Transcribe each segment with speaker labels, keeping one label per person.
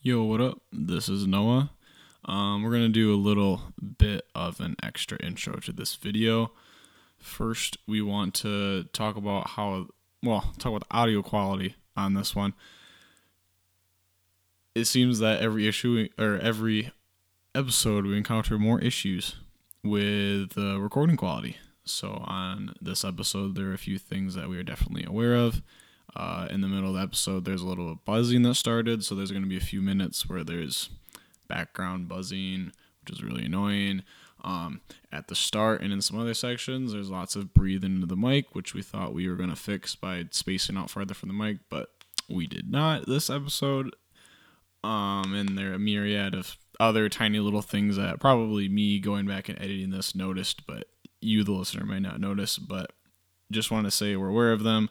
Speaker 1: Yo, what up? This is Noah. Um, we're going to do a little bit of an extra intro to this video. First, we want to talk about how, well, talk about the audio quality on this one. It seems that every issue or every episode we encounter more issues with the recording quality. So, on this episode, there are a few things that we are definitely aware of. Uh, in the middle of the episode, there's a little buzzing that started, so there's going to be a few minutes where there's background buzzing, which is really annoying. Um, at the start and in some other sections, there's lots of breathing into the mic, which we thought we were going to fix by spacing out farther from the mic, but we did not this episode. Um, and there are a myriad of other tiny little things that probably me going back and editing this noticed, but you, the listener, might not notice. But just want to say we're aware of them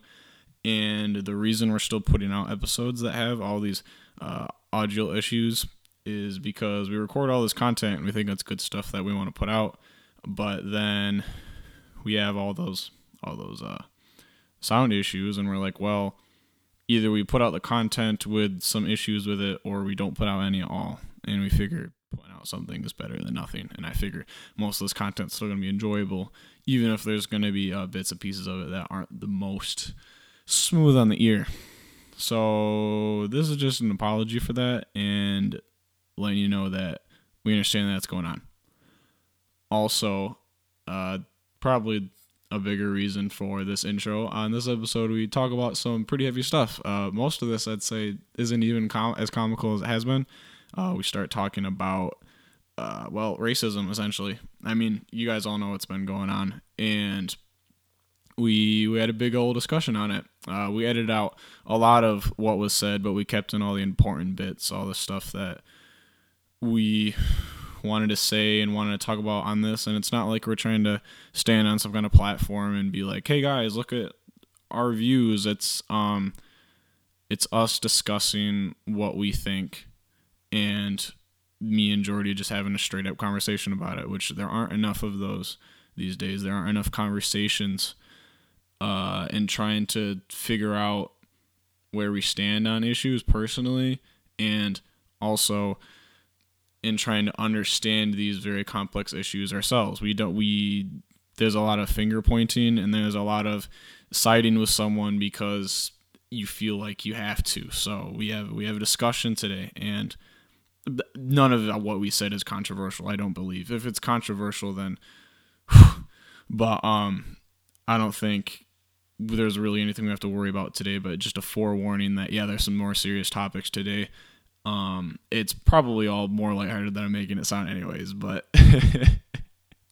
Speaker 1: and the reason we're still putting out episodes that have all these uh, audio issues is because we record all this content and we think that's good stuff that we want to put out but then we have all those all those uh, sound issues and we're like well either we put out the content with some issues with it or we don't put out any at all and we figure putting out something is better than nothing and i figure most of this content's still going to be enjoyable even if there's going to be uh, bits and pieces of it that aren't the most smooth on the ear. So this is just an apology for that and letting you know that we understand that's going on. Also, uh, probably a bigger reason for this intro on this episode, we talk about some pretty heavy stuff. Uh, most of this, I'd say, isn't even com- as comical as it has been. Uh, we start talking about uh, well racism essentially. I mean, you guys all know what's been going on, and we we had a big old discussion on it. Uh, we edited out a lot of what was said, but we kept in all the important bits, all the stuff that we wanted to say and wanted to talk about on this. And it's not like we're trying to stand on some kind of platform and be like, "Hey guys, look at our views." It's um, it's us discussing what we think and me and Jordy just having a straight up conversation about it, which there aren't enough of those these days. There aren't enough conversations uh, and trying to figure out where we stand on issues personally and also in trying to understand these very complex issues ourselves we don't we there's a lot of finger pointing and there's a lot of siding with someone because you feel like you have to so we have we have a discussion today and th- none of what we said is controversial i don't believe if it's controversial then but um i don't think there's really anything we have to worry about today, but just a forewarning that yeah, there's some more serious topics today. Um, it's probably all more lighthearted than I'm making it sound, anyways. But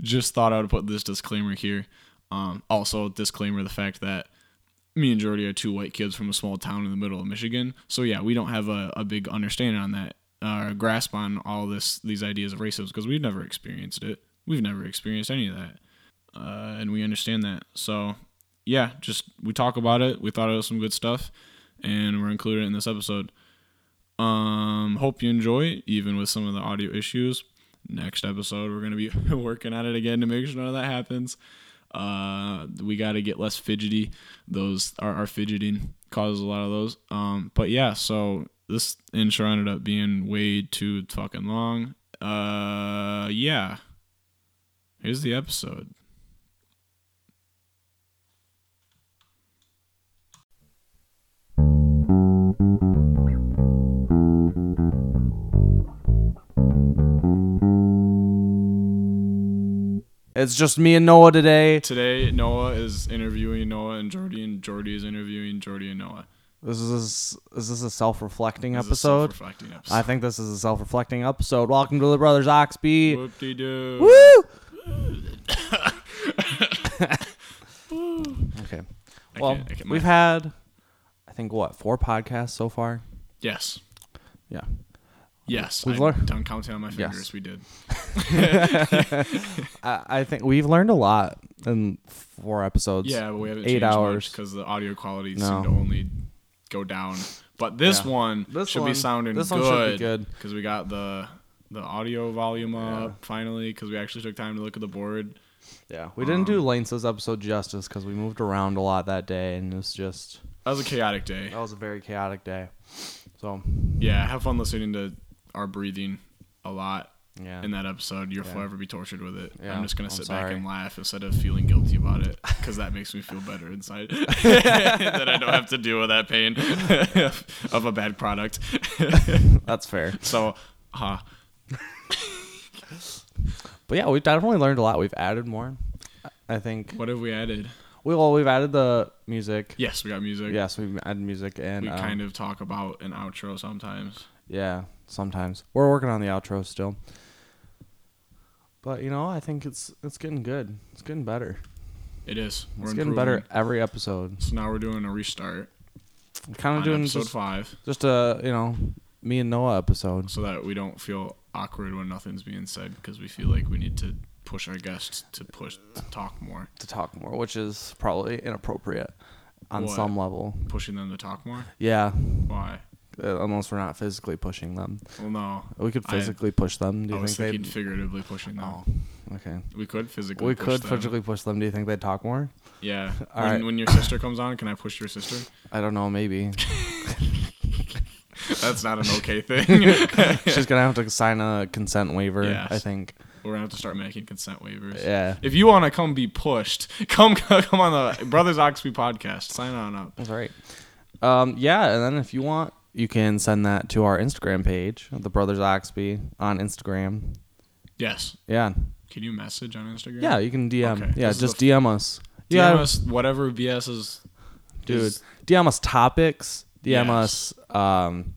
Speaker 1: just thought I would put this disclaimer here. Um, also, disclaimer the fact that me and Jordy are two white kids from a small town in the middle of Michigan. So yeah, we don't have a, a big understanding on that, uh, grasp on all this these ideas of racism because we've never experienced it. We've never experienced any of that. Uh, and we understand that. So, yeah, just we talk about it. We thought it was some good stuff, and we're included in this episode. Um, hope you enjoy, it, even with some of the audio issues. Next episode, we're gonna be working on it again to make sure none of that happens. Uh, we got to get less fidgety. Those our, our fidgeting causes a lot of those. Um, but yeah, so this intro ended up being way too fucking long. Uh, yeah. Here's the episode.
Speaker 2: It's just me and Noah today.
Speaker 1: Today, Noah is interviewing Noah and Jordy, and Jordy is interviewing Jordy and Noah.
Speaker 2: This is is this a self-reflecting
Speaker 1: This is a
Speaker 2: episode?
Speaker 1: self-reflecting episode.
Speaker 2: I think this is a self-reflecting episode. Welcome to the Brothers Oxby.
Speaker 1: Whoop de doo.
Speaker 2: Woo! okay.
Speaker 1: I
Speaker 2: Well,
Speaker 1: can't- I can't-
Speaker 2: we've had I think what, four podcasts so far?
Speaker 1: Yes.
Speaker 2: Yeah.
Speaker 1: Yes.
Speaker 2: We've
Speaker 1: I'm
Speaker 2: learned-
Speaker 1: done counting on my fingers.
Speaker 2: Yes.
Speaker 1: We did.
Speaker 2: I, I think we've learned a lot in four episodes.
Speaker 1: Yeah, but we haven't
Speaker 2: eight
Speaker 1: changed
Speaker 2: hours.
Speaker 1: because the audio quality
Speaker 2: No.
Speaker 1: seemed to only go down. But this
Speaker 2: Yeah.
Speaker 1: one
Speaker 2: This
Speaker 1: should
Speaker 2: one-
Speaker 1: be sounding
Speaker 2: this one
Speaker 1: good.
Speaker 2: should be good.
Speaker 1: because we got the the audio volume up finally because we actually took time to look at the board. Um,
Speaker 2: Yeah. We didn't do Lance's episode justice because we moved around a lot that day and it was just
Speaker 1: That was a chaotic day.
Speaker 2: That was a very chaotic day. So
Speaker 1: Yeah, have fun listening to our breathing a lot
Speaker 2: yeah,
Speaker 1: in that episode. You'll
Speaker 2: Yeah.
Speaker 1: forever be tortured with it.
Speaker 2: Yeah,
Speaker 1: I'm just gonna
Speaker 2: I'm
Speaker 1: sit back
Speaker 2: sorry.
Speaker 1: and laugh instead of feeling guilty about it because that makes me feel better inside that I don't have to deal with that pain of a bad product.
Speaker 2: that's fair.
Speaker 1: so, huh.
Speaker 2: But yeah, we've definitely learned a lot. We've added more. I think.
Speaker 1: What have we added?
Speaker 2: We well, we've added the music.
Speaker 1: Yes, we got music.
Speaker 2: Yes, we've added music and
Speaker 1: We
Speaker 2: um,
Speaker 1: kind of talk about an outro sometimes.
Speaker 2: Yeah, sometimes we're working on the outro still. But you know, I think it's it's getting good. It's getting better.
Speaker 1: It is. We're
Speaker 2: It's
Speaker 1: improving.
Speaker 2: getting better every episode.
Speaker 1: So now we're doing a restart
Speaker 2: I'm kind
Speaker 1: on
Speaker 2: of doing
Speaker 1: episode
Speaker 2: just,
Speaker 1: five,
Speaker 2: just a you know me and Noah episode.
Speaker 1: so that we don't feel awkward when nothing's being said because we feel like we need to push our guests to push to talk more,
Speaker 2: to talk more, which is probably inappropriate on
Speaker 1: What?
Speaker 2: some level.
Speaker 1: pushing them to talk more.
Speaker 2: Yeah,
Speaker 1: Why?
Speaker 2: uh, unless we're not physically pushing them.
Speaker 1: Well, no.
Speaker 2: We could
Speaker 1: I-
Speaker 2: physically push them. Do
Speaker 1: I
Speaker 2: you
Speaker 1: was
Speaker 2: think
Speaker 1: thinking
Speaker 2: they'd?
Speaker 1: figuratively pushing them.
Speaker 2: Oh, okay.
Speaker 1: We could physically.
Speaker 2: We
Speaker 1: push
Speaker 2: could
Speaker 1: them.
Speaker 2: physically push them. Do you think they'd talk more?
Speaker 1: Yeah.
Speaker 2: All
Speaker 1: when,
Speaker 2: right.
Speaker 1: when your sister comes on, can I push your sister?
Speaker 2: I don't know. Maybe
Speaker 1: That's not an okay thing.
Speaker 2: she's gonna have to sign a consent waiver. I
Speaker 1: Yes.
Speaker 2: think.
Speaker 1: We're gonna have to start making consent waivers.
Speaker 2: Yeah.
Speaker 1: If you want to come be pushed, come come on the Brothers Oxby podcast. Sign on up.
Speaker 2: That's right. Um, yeah, and then if you want, you can send that to our Instagram page, the Brothers Oxby on Instagram.
Speaker 1: Yes.
Speaker 2: Yeah,
Speaker 1: Can you message on Instagram?
Speaker 2: yeah, you can DM.
Speaker 1: Okay.
Speaker 2: Yeah,
Speaker 1: This is
Speaker 2: just
Speaker 1: the-
Speaker 2: DM us.
Speaker 1: DM
Speaker 2: yeah,
Speaker 1: us whatever BS is.
Speaker 2: dude.
Speaker 1: is-
Speaker 2: DM us topics. DM
Speaker 1: Yes.
Speaker 2: us um,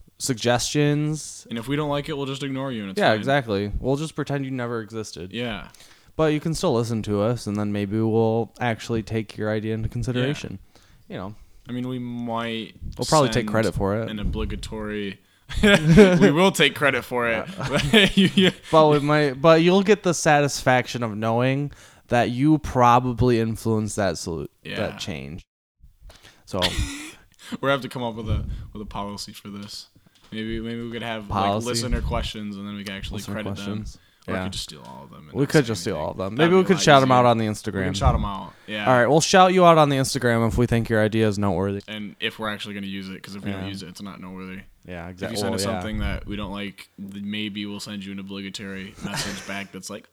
Speaker 2: suggestions.
Speaker 1: and if we don't like it, we'll just ignore you. And it's
Speaker 2: yeah,
Speaker 1: fine.
Speaker 2: exactly. We'll just pretend you never existed.
Speaker 1: Yeah.
Speaker 2: But you can still listen to us, and then maybe we'll actually take your idea into consideration. You know,
Speaker 1: I mean, we might.
Speaker 2: We'll probably take
Speaker 1: send
Speaker 2: credit for it.
Speaker 1: An obligatory. we will take credit for it. You- you-
Speaker 2: but we might. But you'll get the satisfaction of knowing that you probably influenced that salute,
Speaker 1: Yeah.
Speaker 2: that change. So
Speaker 1: we're gonna have to come up with a with a policy for this. Maybe maybe we could have like
Speaker 2: Policy.
Speaker 1: listener questions and then we could actually
Speaker 2: listener
Speaker 1: credit
Speaker 2: questions.
Speaker 1: them. Or we
Speaker 2: Yeah,
Speaker 1: could just steal all of them. and
Speaker 2: we
Speaker 1: not
Speaker 2: could
Speaker 1: say
Speaker 2: just steal
Speaker 1: anything.
Speaker 2: all of them.
Speaker 1: That'd
Speaker 2: Maybe we
Speaker 1: be a
Speaker 2: could
Speaker 1: lot
Speaker 2: shout them out
Speaker 1: easier.
Speaker 2: on the
Speaker 1: We
Speaker 2: Instagram.
Speaker 1: can shout them out. Yeah.
Speaker 2: All right, we'll shout you out on the Instagram if we think your idea is noteworthy.
Speaker 1: And if we're actually gonna use it, because if we don't
Speaker 2: Yeah.
Speaker 1: use it, it's not noteworthy.
Speaker 2: Yeah,
Speaker 1: If
Speaker 2: exactly.
Speaker 1: you send us something that we don't like, th- maybe we'll send you an obligatory message back that's like,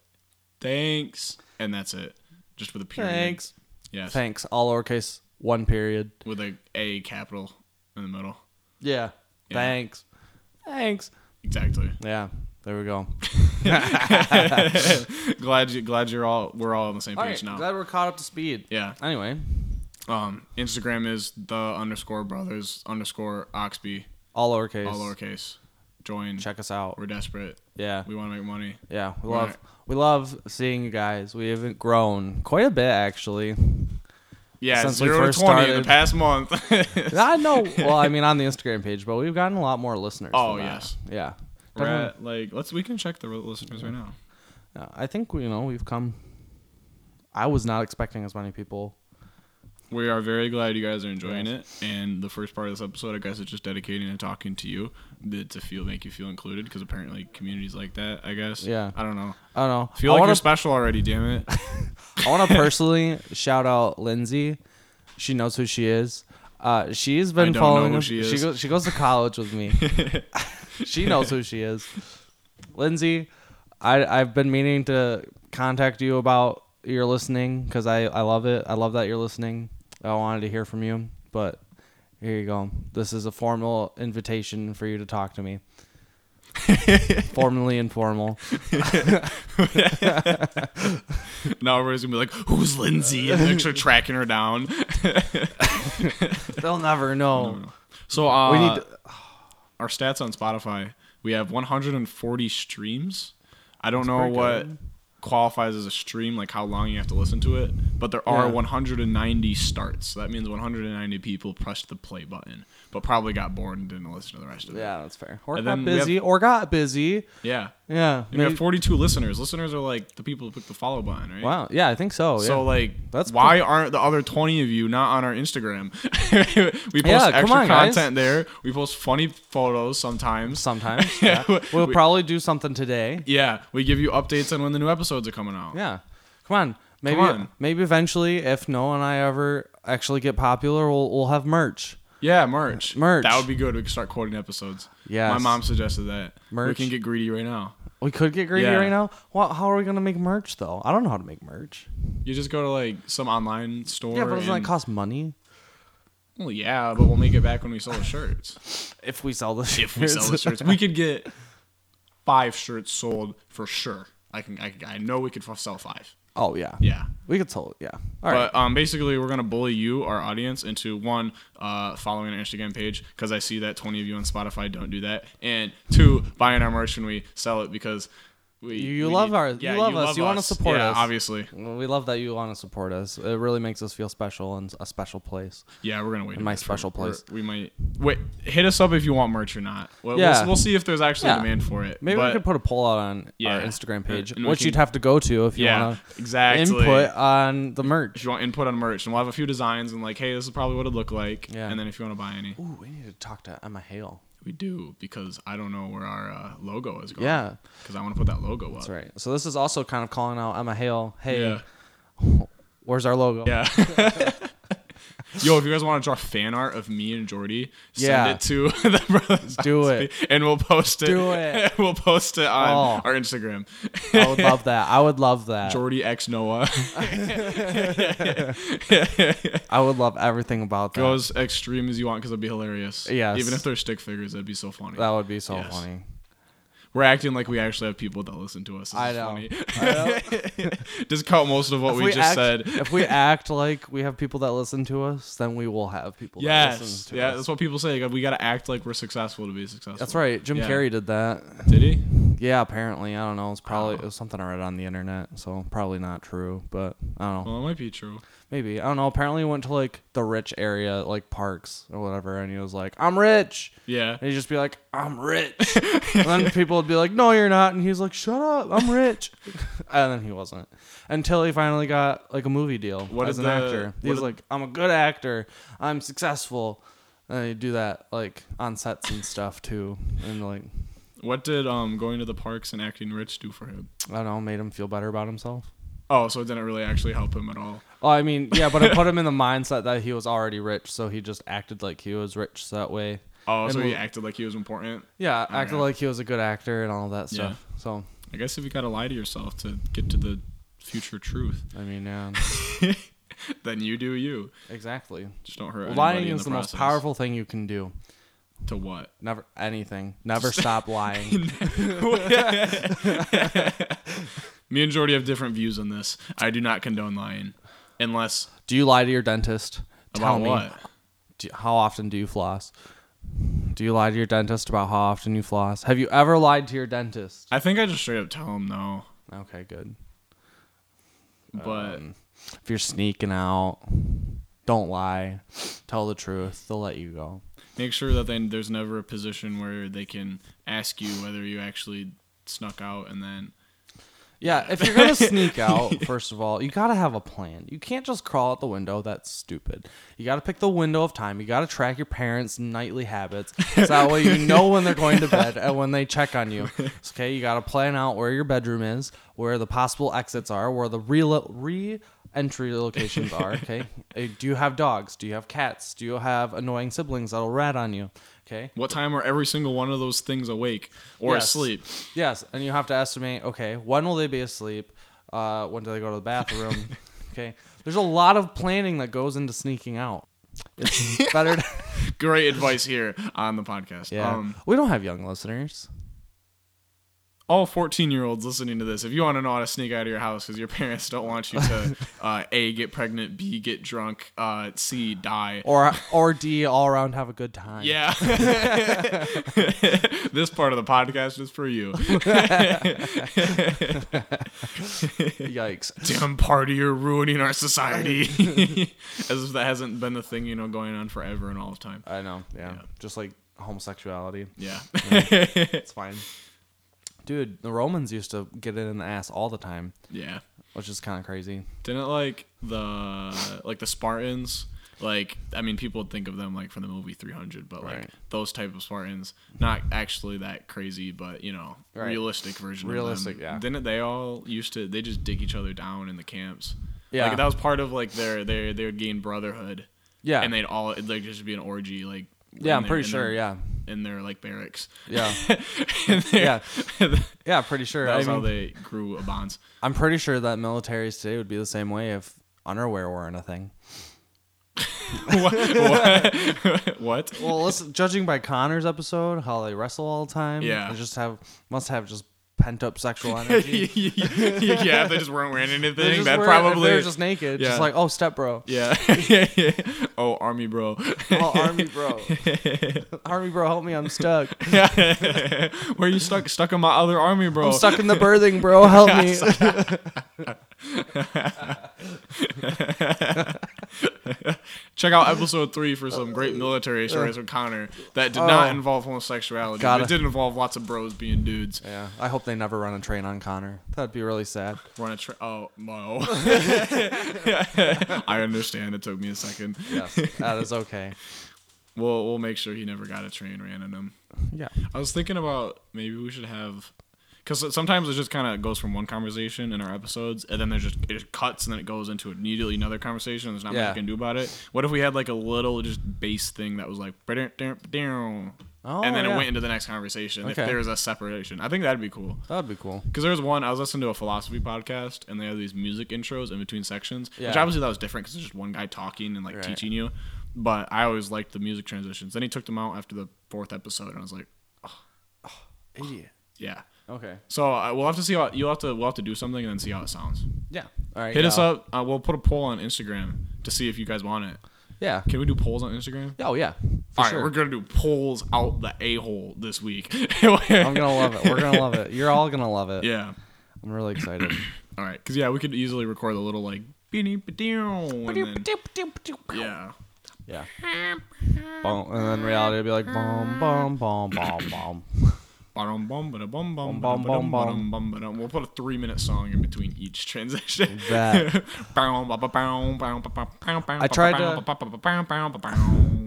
Speaker 1: "Thanks," and that's it, just with a period.
Speaker 2: Thanks.
Speaker 1: Yes.
Speaker 2: Thanks. All lowercase. One period.
Speaker 1: With a A capital in the middle.
Speaker 2: Yeah.
Speaker 1: Yeah.
Speaker 2: Thanks. Thanks.
Speaker 1: Exactly.
Speaker 2: Yeah. There we go.
Speaker 1: glad you. Glad you're all. We're all on the same
Speaker 2: All
Speaker 1: page
Speaker 2: right.
Speaker 1: now.
Speaker 2: Glad we're caught up to speed.
Speaker 1: yeah.
Speaker 2: Anyway,
Speaker 1: Um. Instagram is the underscore brothers underscore oxby
Speaker 2: all lowercase.
Speaker 1: all lowercase. Join.
Speaker 2: Check us out.
Speaker 1: We're desperate.
Speaker 2: Yeah.
Speaker 1: We want to make money.
Speaker 2: Yeah. We
Speaker 1: All
Speaker 2: love.
Speaker 1: right.
Speaker 2: We love seeing you guys. We haven't grown quite a bit actually.
Speaker 1: Yeah.
Speaker 2: Since we
Speaker 1: zero to
Speaker 2: first
Speaker 1: twenty in the
Speaker 2: started-
Speaker 1: past month.
Speaker 2: I know. Well, I mean, on the Instagram page, but we've gotten a lot more listeners.
Speaker 1: Oh,
Speaker 2: than that.
Speaker 1: yes.
Speaker 2: Yeah.
Speaker 1: We're
Speaker 2: Definitely-
Speaker 1: at, like let's we can check the listeners right now.
Speaker 2: Yeah, I think you know we've come. I was not expecting as many people.
Speaker 1: We are very glad you guys are enjoying it. And the first part of this episode, I guess, is just dedicating and talking to you that to feel make you feel included because apparently communities like that. I guess.
Speaker 2: Yeah.
Speaker 1: I don't know.
Speaker 2: I don't know.
Speaker 1: Feel
Speaker 2: I
Speaker 1: like
Speaker 2: wanna-
Speaker 1: you're special already, damn it.
Speaker 2: I want to personally shout out Lindsay. She knows who she is. Uh, she's been
Speaker 1: don't know
Speaker 2: following
Speaker 1: who
Speaker 2: us.
Speaker 1: she
Speaker 2: She,
Speaker 1: is.
Speaker 2: goes, she goes to college with me. she knows who she is. Lindsay, I, I've been meaning to contact you about your listening because I, I love it. I love that you're listening. I wanted to hear from you, but here you go. This is a formal invitation for you to talk to me. Formally informal.
Speaker 1: now everybody's gonna be like, "Who's Lindsay?" And they're actually tracking her down.
Speaker 2: They'll never know.
Speaker 1: So uh,
Speaker 2: We need to,
Speaker 1: our stats on Spotify. We have 140 streams. I don't know
Speaker 2: pretty
Speaker 1: what
Speaker 2: good.
Speaker 1: qualifies as a stream, like how long you have to listen to it, but there are
Speaker 2: Yeah.
Speaker 1: 190 starts. So that means 190 people pressed the play button, but probably got bored and didn't listen to the rest of it.
Speaker 2: Yeah, that's fair. Or
Speaker 1: And
Speaker 2: got
Speaker 1: then we have-
Speaker 2: busy, or got busy.
Speaker 1: Yeah.
Speaker 2: Yeah.
Speaker 1: And we
Speaker 2: maybe-
Speaker 1: have 42 listeners. Listeners are like the people who click the follow button, right?
Speaker 2: wow. Yeah, I think so. Yeah.
Speaker 1: So like,
Speaker 2: That's
Speaker 1: why aren't the other twenty of you not on our Instagram? we post
Speaker 2: Yeah, come
Speaker 1: extra
Speaker 2: on, guys.
Speaker 1: content there. We post funny photos sometimes.
Speaker 2: sometimes yeah. we'll
Speaker 1: We-
Speaker 2: probably do something today.
Speaker 1: yeah, we give you updates on when the new episodes are coming out.
Speaker 2: Yeah. Come on. Maybe
Speaker 1: on.
Speaker 2: maybe eventually, if Noah and I ever actually get popular, we'll we'll have merch.
Speaker 1: Yeah, merch.
Speaker 2: Merch.
Speaker 1: That would be good. We could start quoting episodes.
Speaker 2: Yes.
Speaker 1: My mom suggested that. We
Speaker 2: Merch.
Speaker 1: can get greedy right now.
Speaker 2: We could get greedy
Speaker 1: Yeah.
Speaker 2: right now. Well, how are we gonna make merch though? I don't know how to make merch.
Speaker 1: You just go to like some online store.
Speaker 2: yeah, but doesn't
Speaker 1: and-
Speaker 2: that cost money?
Speaker 1: Well, yeah, but we'll make it back when we sell the shirts.
Speaker 2: If we sell the shirts.
Speaker 1: if we sell the shirts, we could get five shirts sold for sure. I can. I, I know we could f- sell five.
Speaker 2: oh yeah.
Speaker 1: Yeah.
Speaker 2: We could sell it. Yeah. All right.
Speaker 1: but um, basically, we're gonna bully you, our audience, into one, uh, following our Instagram page because I see that 20 of you on Spotify don't do that, and two, buying our merch when we sell it because we
Speaker 2: You
Speaker 1: we
Speaker 2: love our- you love us, you wanna support
Speaker 1: Yeah,
Speaker 2: us.
Speaker 1: Obviously,
Speaker 2: Well, we love that you want to support us. It really makes us feel special and a special place.
Speaker 1: yeah, we're gonna wait. a
Speaker 2: my
Speaker 1: bit for-
Speaker 2: special
Speaker 1: we're-
Speaker 2: place.
Speaker 1: we might wait. Hit us up if you want merch or not. We'll, we'll-
Speaker 2: Yeah.
Speaker 1: we'll, see if there's actually
Speaker 2: Yeah.
Speaker 1: demand for it.
Speaker 2: Maybe
Speaker 1: but,
Speaker 2: we could put a poll out on
Speaker 1: Yeah.
Speaker 2: our Instagram page,
Speaker 1: And we
Speaker 2: which
Speaker 1: can-
Speaker 2: you'd have to go to if you
Speaker 1: Yeah,
Speaker 2: want to
Speaker 1: exactly.
Speaker 2: input on the
Speaker 1: If
Speaker 2: merch.
Speaker 1: you want input on merch, and we'll have a few designs and like, hey, this is probably what it look like.
Speaker 2: Yeah.
Speaker 1: And then if you want to buy any,
Speaker 2: Ooh, we need to talk to Emma Hale.
Speaker 1: we do because I don't know where our uh, logo is going.
Speaker 2: Yeah,
Speaker 1: Because I want to put that logo up.
Speaker 2: that's right. So this is also kind of calling out Emma Hale. Hey,
Speaker 1: Yeah.
Speaker 2: where's our logo?
Speaker 1: Yeah. Yo, if you guys want to draw fan art of me and Jordy, send
Speaker 2: Yeah.
Speaker 1: it to the brothers.
Speaker 2: Do
Speaker 1: Honesty, and we'll post it.
Speaker 2: Do it.
Speaker 1: we'll post it on
Speaker 2: Oh. Uh.
Speaker 1: our Instagram.
Speaker 2: I would love that. I would love that.
Speaker 1: Jordy X Noah
Speaker 2: I would love everything about that.
Speaker 1: go as extreme as you want because it'd be hilarious.
Speaker 2: Yes.
Speaker 1: Even if they're stick figures, that'd be so funny.
Speaker 2: that would be so
Speaker 1: Yes.
Speaker 2: funny.
Speaker 1: We're acting like we actually have people that listen to us. This
Speaker 2: I
Speaker 1: is
Speaker 2: know.
Speaker 1: funny. Discount most of what we, just
Speaker 2: act,
Speaker 1: said.
Speaker 2: if we act like we have people that listen to us, then we will have people. that
Speaker 1: Yes.
Speaker 2: listen to
Speaker 1: Yeah,
Speaker 2: us.
Speaker 1: that's what people say. We got to act like we're successful to be successful.
Speaker 2: That's right. Jim
Speaker 1: Yeah.
Speaker 2: Carrey did that.
Speaker 1: Did he?
Speaker 2: Yeah, apparently. I don't know. It's probably
Speaker 1: Wow.
Speaker 2: it was something I read on the internet, so probably not true, but I don't know.
Speaker 1: Well, it Oh, might be true.
Speaker 2: Maybe. I don't know. Apparently he went to like the rich area, like parks or whatever, and he was like, I'm rich.
Speaker 1: Yeah.
Speaker 2: And he'd just be like, I'm rich. and then people would be like, No, you're not. And he was like, Shut up, I'm rich. and then he wasn't. Until he finally got like a movie deal
Speaker 1: What
Speaker 2: as an
Speaker 1: did the-
Speaker 2: actor. He
Speaker 1: what
Speaker 2: was
Speaker 1: did-
Speaker 2: like, I'm a good actor. I'm successful. And he'd do that like on sets and stuff too. And like
Speaker 1: What did um going to the parks and acting rich do for him?
Speaker 2: I don't know, made him feel better about himself.
Speaker 1: Oh, so it didn't really actually help him at all.
Speaker 2: Oh, I mean, yeah, but it put him in the mindset that he was already rich, so he just acted like he was rich so that way.
Speaker 1: Oh,
Speaker 2: And
Speaker 1: so he
Speaker 2: we'll-
Speaker 1: acted like he was important.
Speaker 2: Yeah, acted
Speaker 1: yeah.
Speaker 2: like he was a good actor and all that stuff. So,
Speaker 1: I guess if you gotta lie to yourself to get to the future truth,
Speaker 2: I mean, yeah,
Speaker 1: then you do you.
Speaker 2: exactly.
Speaker 1: Just don't hurt.
Speaker 2: lying
Speaker 1: anybody in
Speaker 2: is the most
Speaker 1: process.
Speaker 2: powerful thing you can do.
Speaker 1: To what?
Speaker 2: Never anything. Never stop lying.
Speaker 1: Me and Jordy have different views on this. I do not condone lying, unless
Speaker 2: Do you lie to your dentist?
Speaker 1: about
Speaker 2: Tell me.
Speaker 1: what?
Speaker 2: Do, how often do you floss? Do you lie to your dentist about how often you floss? Have you ever lied to your dentist?
Speaker 1: I think I just straight up tell him no.
Speaker 2: Okay, good.
Speaker 1: But
Speaker 2: Um. If you're sneaking out, don't lie. Tell the truth. They'll let you go.
Speaker 1: make sure that they, there's never a position where they can ask you whether you actually snuck out and then
Speaker 2: Yeah, if you're gonna sneak out, first of all, you gotta have a plan. You can't just crawl out the window. That's stupid. You gotta pick the window of time. You gotta track your parents' nightly habits, so that way you know when they're going to bed and when they check on you. It's Okay, you gotta plan out where your bedroom is, where the possible exits are, where the re re entry locations are. Okay, Uh, do you have dogs? Do you have cats? Do you have annoying siblings that'll rat on you? Okay,
Speaker 1: What time are every single one of those things awake or
Speaker 2: Yes.
Speaker 1: asleep?
Speaker 2: Yes, and you have to estimate. Okay, when will they be asleep? Uh, when do they go to the bathroom? okay, there's a lot of planning that goes into sneaking out. It's better. To,
Speaker 1: Great advice here on the podcast.
Speaker 2: yeah,
Speaker 1: Um,
Speaker 2: we don't have young listeners.
Speaker 1: all 14 year olds listening to this, if you want to know how to sneak out of your house because your parents don't want you to uh, A, get pregnant, B, get drunk, uh, C, die.
Speaker 2: Or or D all around have a good time.
Speaker 1: yeah. this part of the podcast is for you.
Speaker 2: Yikes.
Speaker 1: Damn party, you're ruining our society. As if that hasn't been the thing, you know, going on forever and all the time.
Speaker 2: I know. Yeah. Just like homosexuality,
Speaker 1: Yeah.
Speaker 2: it's fine. Dude, the Romans used to get it in the ass all the time,
Speaker 1: yeah.
Speaker 2: which is kind of crazy.
Speaker 1: Didn't like the like the Spartans. Like I mean, people would think of them like from the movie 300, but like
Speaker 2: Right.
Speaker 1: those type of Spartans, not actually that crazy, but you know,
Speaker 2: Right.
Speaker 1: realistic version.
Speaker 2: Realistic,
Speaker 1: of them.
Speaker 2: yeah.
Speaker 1: Didn't they all used to? They just dig each other down in the camps.
Speaker 2: Yeah.
Speaker 1: Like that was part of like their their they would gain brotherhood
Speaker 2: Yeah.
Speaker 1: and they'd all it'd like just be an orgy like
Speaker 2: yeah,
Speaker 1: in
Speaker 2: I'm
Speaker 1: their-
Speaker 2: pretty
Speaker 1: in
Speaker 2: sure.
Speaker 1: their-
Speaker 2: Yeah.
Speaker 1: in their like barracks
Speaker 2: Yeah.
Speaker 1: And they-
Speaker 2: Yeah. Yeah, pretty sure. I
Speaker 1: that's how
Speaker 2: mean,
Speaker 1: they grew a bonds
Speaker 2: I'm pretty sure that militaries today would be the same way if underwear weren't a thing.
Speaker 1: what? what
Speaker 2: Well, listen, judging by Connor's episode, how they wrestle all the time,
Speaker 1: Yeah.
Speaker 2: they just have must have just pent up sexual energy.
Speaker 1: yeah if they just weren't wearing
Speaker 2: They
Speaker 1: anything
Speaker 2: just
Speaker 1: that
Speaker 2: were- if
Speaker 1: probably
Speaker 2: they're just naked,
Speaker 1: Yeah.
Speaker 2: just like oh step bro,
Speaker 1: yeah. yeah yeah oh army bro
Speaker 2: oh army bro, army bro, help me, I'm stuck,
Speaker 1: where you stuck stuck in my other army bro
Speaker 2: I'm stuck in the birthing bro, help me.
Speaker 1: Check out episode three for some great military stories with Connor that did not
Speaker 2: Uh, Oh.
Speaker 1: involve homosexuality.
Speaker 2: Gotta-
Speaker 1: But it did involve lots of bros being dudes.
Speaker 2: yeah, I hope they never run a train on Connor. That'd be really sad.
Speaker 1: Run a tra- oh no! I understand. It took me a second.
Speaker 2: Yes, that is okay.
Speaker 1: We'll we'll make sure he never got a train ran in him.
Speaker 2: Yeah,
Speaker 1: I was thinking about maybe we should have, because sometimes it just kind of goes from one conversation in our episodes, and then there's just it just cuts, and then it goes into immediately another conversation. And there's not much
Speaker 2: Yeah.
Speaker 1: you can do about it. What if we had like a little just base thing that was like, "Ba-dum-dum-dum,"
Speaker 2: Oh,
Speaker 1: and then
Speaker 2: yeah.
Speaker 1: it went into the next conversation if
Speaker 2: Okay.
Speaker 1: there was a separation. I think that'd be cool.
Speaker 2: that'd be cool.
Speaker 1: Because there was one, I was listening to a philosophy podcast, and they had these music intros in between sections, which
Speaker 2: Yeah.
Speaker 1: obviously that was different because it's just one guy talking and like
Speaker 2: Right.
Speaker 1: teaching you. But I always liked the music transitions. Then he took them out after the fourth episode, and I was like,
Speaker 2: Idiot.
Speaker 1: yeah.
Speaker 2: Okay.
Speaker 1: So uh, we'll have to see how you'll have to we'll have to do something and then see how it sounds.
Speaker 2: Yeah. All right.
Speaker 1: Hit
Speaker 2: yeah.
Speaker 1: us up. Uh, we'll put a poll on Instagram to see if you guys want it.
Speaker 2: Yeah.
Speaker 1: Can we do polls on Instagram?
Speaker 2: Oh yeah. For
Speaker 1: All right,
Speaker 2: sure.
Speaker 1: we're gonna do polls out the a hole this week.
Speaker 2: I'm gonna love it. We're gonna love it. You're all gonna love it.
Speaker 1: yeah.
Speaker 2: I'm really excited.
Speaker 1: All right, because yeah, we could easily record a little like. beanie, ba-doo, and then- Yeah.
Speaker 2: yeah. Bum, and then reality would be like bum bum bum bum bum.
Speaker 1: Bum, bum, ba-da, bum, bum,
Speaker 2: Bum,
Speaker 1: ba-da, bum,
Speaker 2: bum, bum,
Speaker 1: ba-dum, bum, ba-dum. We'll put a three minute song in between each transition.
Speaker 2: Bet.
Speaker 1: I
Speaker 2: tried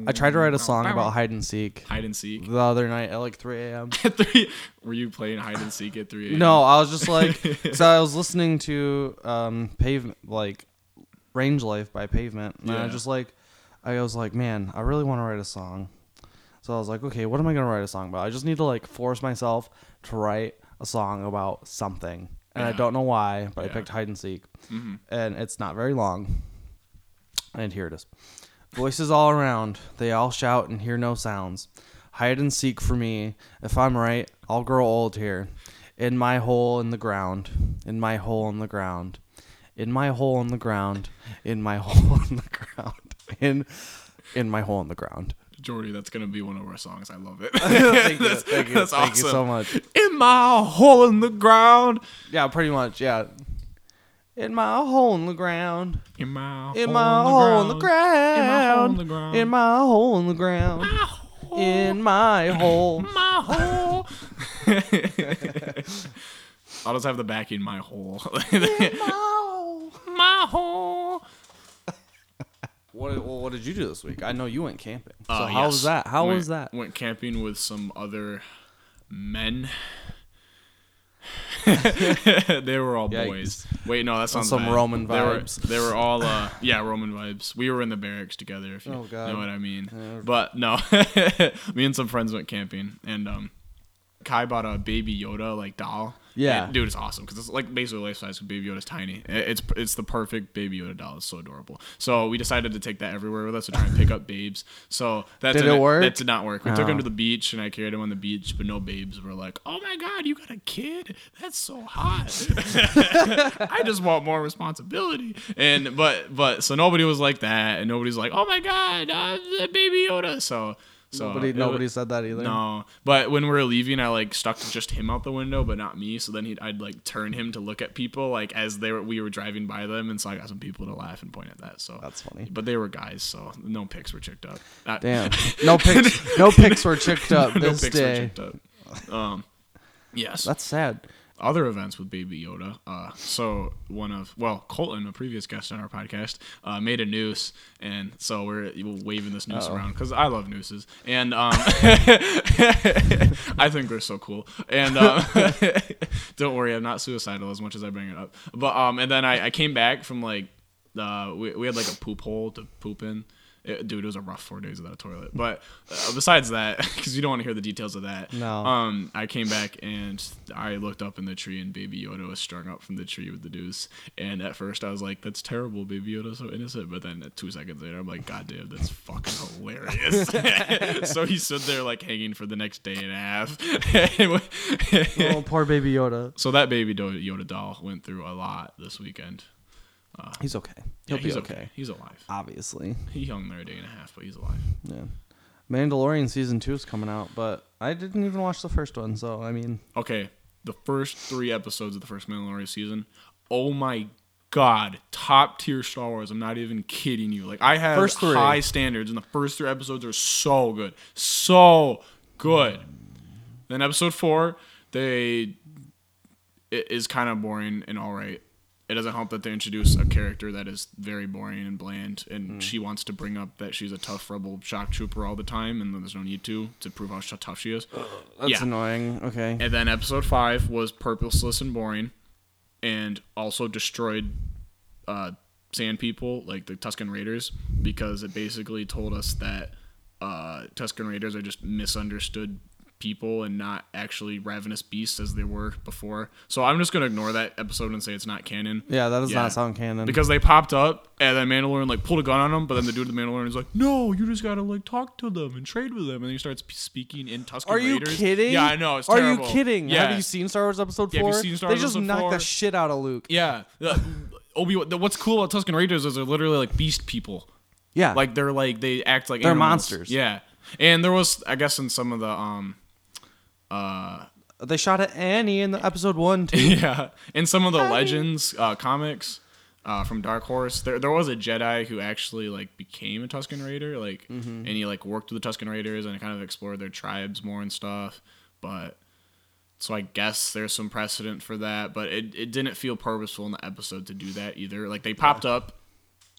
Speaker 2: I tried to write a song about hide and seek
Speaker 1: hide and seek.
Speaker 2: the other night at like 3 a.m.
Speaker 1: At three, were you playing hide and seek at three? a.m.?
Speaker 2: No, I was just like, because I was listening to um pavement like Range Life by Pavement, and I
Speaker 1: Yeah.
Speaker 2: was just like, I was like, man, I really want to write a song. So I was like, okay, what am I gonna write a song about? I just need to like force myself to write a song about something, and I
Speaker 1: Yeah.
Speaker 2: don't know why, but I
Speaker 1: Yeah. Mm-hmm.
Speaker 2: picked hide and seek, and it's not very long. And here it is. Voices all around, they all shout and hear no sounds. Hide and seek for me. If I'm right, I'll grow old here. In my hole in the ground, in my hole in the ground, in my hole in the ground, in my hole in the ground, in in my hole in the ground.
Speaker 1: Jordy, that's gonna be one of our songs. I love it.
Speaker 2: thank you,
Speaker 1: That's-
Speaker 2: thank you,
Speaker 1: that's
Speaker 2: thank you so
Speaker 1: awesome.
Speaker 2: much.
Speaker 1: In my hole in the ground.
Speaker 2: Yeah, pretty much. Yeah, in my hole in the ground,
Speaker 1: In my
Speaker 2: in my hole in the ground,
Speaker 1: ground.
Speaker 2: in my hole in the ground, in my hole.
Speaker 1: my hole. I'll just have the back in my hole. my hole.
Speaker 2: What well, what did you do this week? I know you went camping. So
Speaker 1: Uh,
Speaker 2: how
Speaker 1: yes.
Speaker 2: was that? How
Speaker 1: went,
Speaker 2: was that?
Speaker 1: Went camping with some other men. they were all
Speaker 2: Yikes.
Speaker 1: boys. Wait, no, that sounds
Speaker 2: some
Speaker 1: bad.
Speaker 2: Roman
Speaker 1: They were-
Speaker 2: vibes.
Speaker 1: They were, all, uh, yeah, Roman vibes. We were in the barracks together, if you
Speaker 2: Oh, God.
Speaker 1: know what I mean. But no, me and some friends went camping, and um, Kai bought a baby Yoda like doll.
Speaker 2: Yeah.
Speaker 1: And, dude, it's awesome because it's like basically life size. Baby Yoda's tiny. It- It's it's the perfect baby Yoda doll. It's so adorable. So we decided to take that everywhere with us to try and pick up babes. So that
Speaker 2: Did
Speaker 1: didn't-
Speaker 2: it work?
Speaker 1: That did not work. We took
Speaker 2: Oh.
Speaker 1: him to the beach and I carried him on the beach, but no babes were like, "Oh my god, you got a kid? That's so hot." I just want more responsibility. And but but so nobody was like that, and nobody's like, "Oh my god, uh, the baby Yoda." So. So uh,
Speaker 2: Nobody,
Speaker 1: it
Speaker 2: nobody
Speaker 1: was-
Speaker 2: said that either.
Speaker 1: no, but when we were leaving, I like stuck to just him out the window, but not me. So then he'd, I'd like turn him to look at people like as they were we were driving by them, and so I got some people to laugh and point at that. So
Speaker 2: That's funny.
Speaker 1: But they were guys, so no pics were chicked up. That-
Speaker 2: Damn. No pics. no pics were chicked up
Speaker 1: no
Speaker 2: this
Speaker 1: pics were
Speaker 2: day.
Speaker 1: chicked up. Um, yes.
Speaker 2: That's sad.
Speaker 1: Other events with Baby Yoda. Uh, so one of well, Colton, a previous guest on our podcast, uh, made a noose, and so we're waving this noose around because I love nooses, and um, I think they're so cool. And um, don't worry, I'm not suicidal as much as I bring it up. But um, and then I, I came back from like uh, we we had like a poop hole to poop in, It, dude, it was a rough four days without a toilet. But uh, besides that, because you don't want to hear the details of that.
Speaker 2: No.
Speaker 1: Um, I came back and I looked up in the tree and Baby Yoda was strung up from the tree with the deuce. And at first I was like, "That's terrible, Baby Yoda's so innocent." But then two seconds later, I'm like, "God damn, that's fucking hilarious." so he stood there like hanging for the next day and a half.
Speaker 2: Oh, poor baby Yoda.
Speaker 1: so that Baby Do- Yoda doll went through a lot this weekend.
Speaker 2: He's okay. He'll
Speaker 1: Yeah,
Speaker 2: be
Speaker 1: he's
Speaker 2: okay.
Speaker 1: He's alive.
Speaker 2: Obviously.
Speaker 1: He hung there a day and a half, but he's alive.
Speaker 2: Yeah. Mandalorian season two is coming out, but I didn't even watch the first one, so I mean,
Speaker 1: okay, the first three episodes of the first Mandalorian season. Oh my god, top tier Star Wars. I'm not even kidding you. Like I have
Speaker 2: First three.
Speaker 1: high standards, and the first three episodes are so good, so good. Then episode four, they it is kind of boring and all right. It doesn't help that they introduce a character that is very boring and bland, and
Speaker 2: Mm.
Speaker 1: she wants to bring up that she's a tough rebel shock trooper all the time, and there's no need to to prove how sh- tough she is.
Speaker 2: that's
Speaker 1: Yeah.
Speaker 2: annoying. Okay.
Speaker 1: And then episode five was purposeless and boring, and also destroyed uh, Sand People, like the Tuscan Raiders, because it basically told us that uh, Tuscan Raiders are just misunderstood people and not actually ravenous beasts as they were before. So I'm just gonna ignore that episode and say it's not canon.
Speaker 2: yeah, that does
Speaker 1: Yeah.
Speaker 2: not sound canon.
Speaker 1: Because they popped up and then Mandalorian like pulled a gun on them, but then the dude in the Mandalorian is like, "No, you just gotta like talk to them and trade with them." And then he starts p- speaking in Tuscan
Speaker 2: are you
Speaker 1: Raiders.
Speaker 2: kidding?
Speaker 1: Yeah, I know. It's
Speaker 2: Are
Speaker 1: terrible.
Speaker 2: you kidding?
Speaker 1: Yeah.
Speaker 2: Have you seen Star Wars Episode
Speaker 1: Yeah,
Speaker 2: Four?
Speaker 1: have you seen Star
Speaker 2: they
Speaker 1: Wars
Speaker 2: just
Speaker 1: Episode
Speaker 2: knocked
Speaker 1: 4?
Speaker 2: the shit out of Luke.
Speaker 1: Yeah. Obi. What's cool about Tuscan Raiders is they're literally like beast people.
Speaker 2: Yeah.
Speaker 1: Like they're like they act like
Speaker 2: They're
Speaker 1: animals.
Speaker 2: monsters.
Speaker 1: Yeah. And there was, I guess, in some of the um, uh,
Speaker 2: they shot at Annie in the episode one too.
Speaker 1: yeah, in some of the legends uh, comics. Uh, from Dark Horse, there there was a Jedi who actually like became a Tuscan Raider, like, and he like worked with the Tuscan Raiders and kind of explored their tribes more and stuff. But so I guess there's some precedent for that, but it, it didn't feel purposeful in the episode to do that either. Like they popped up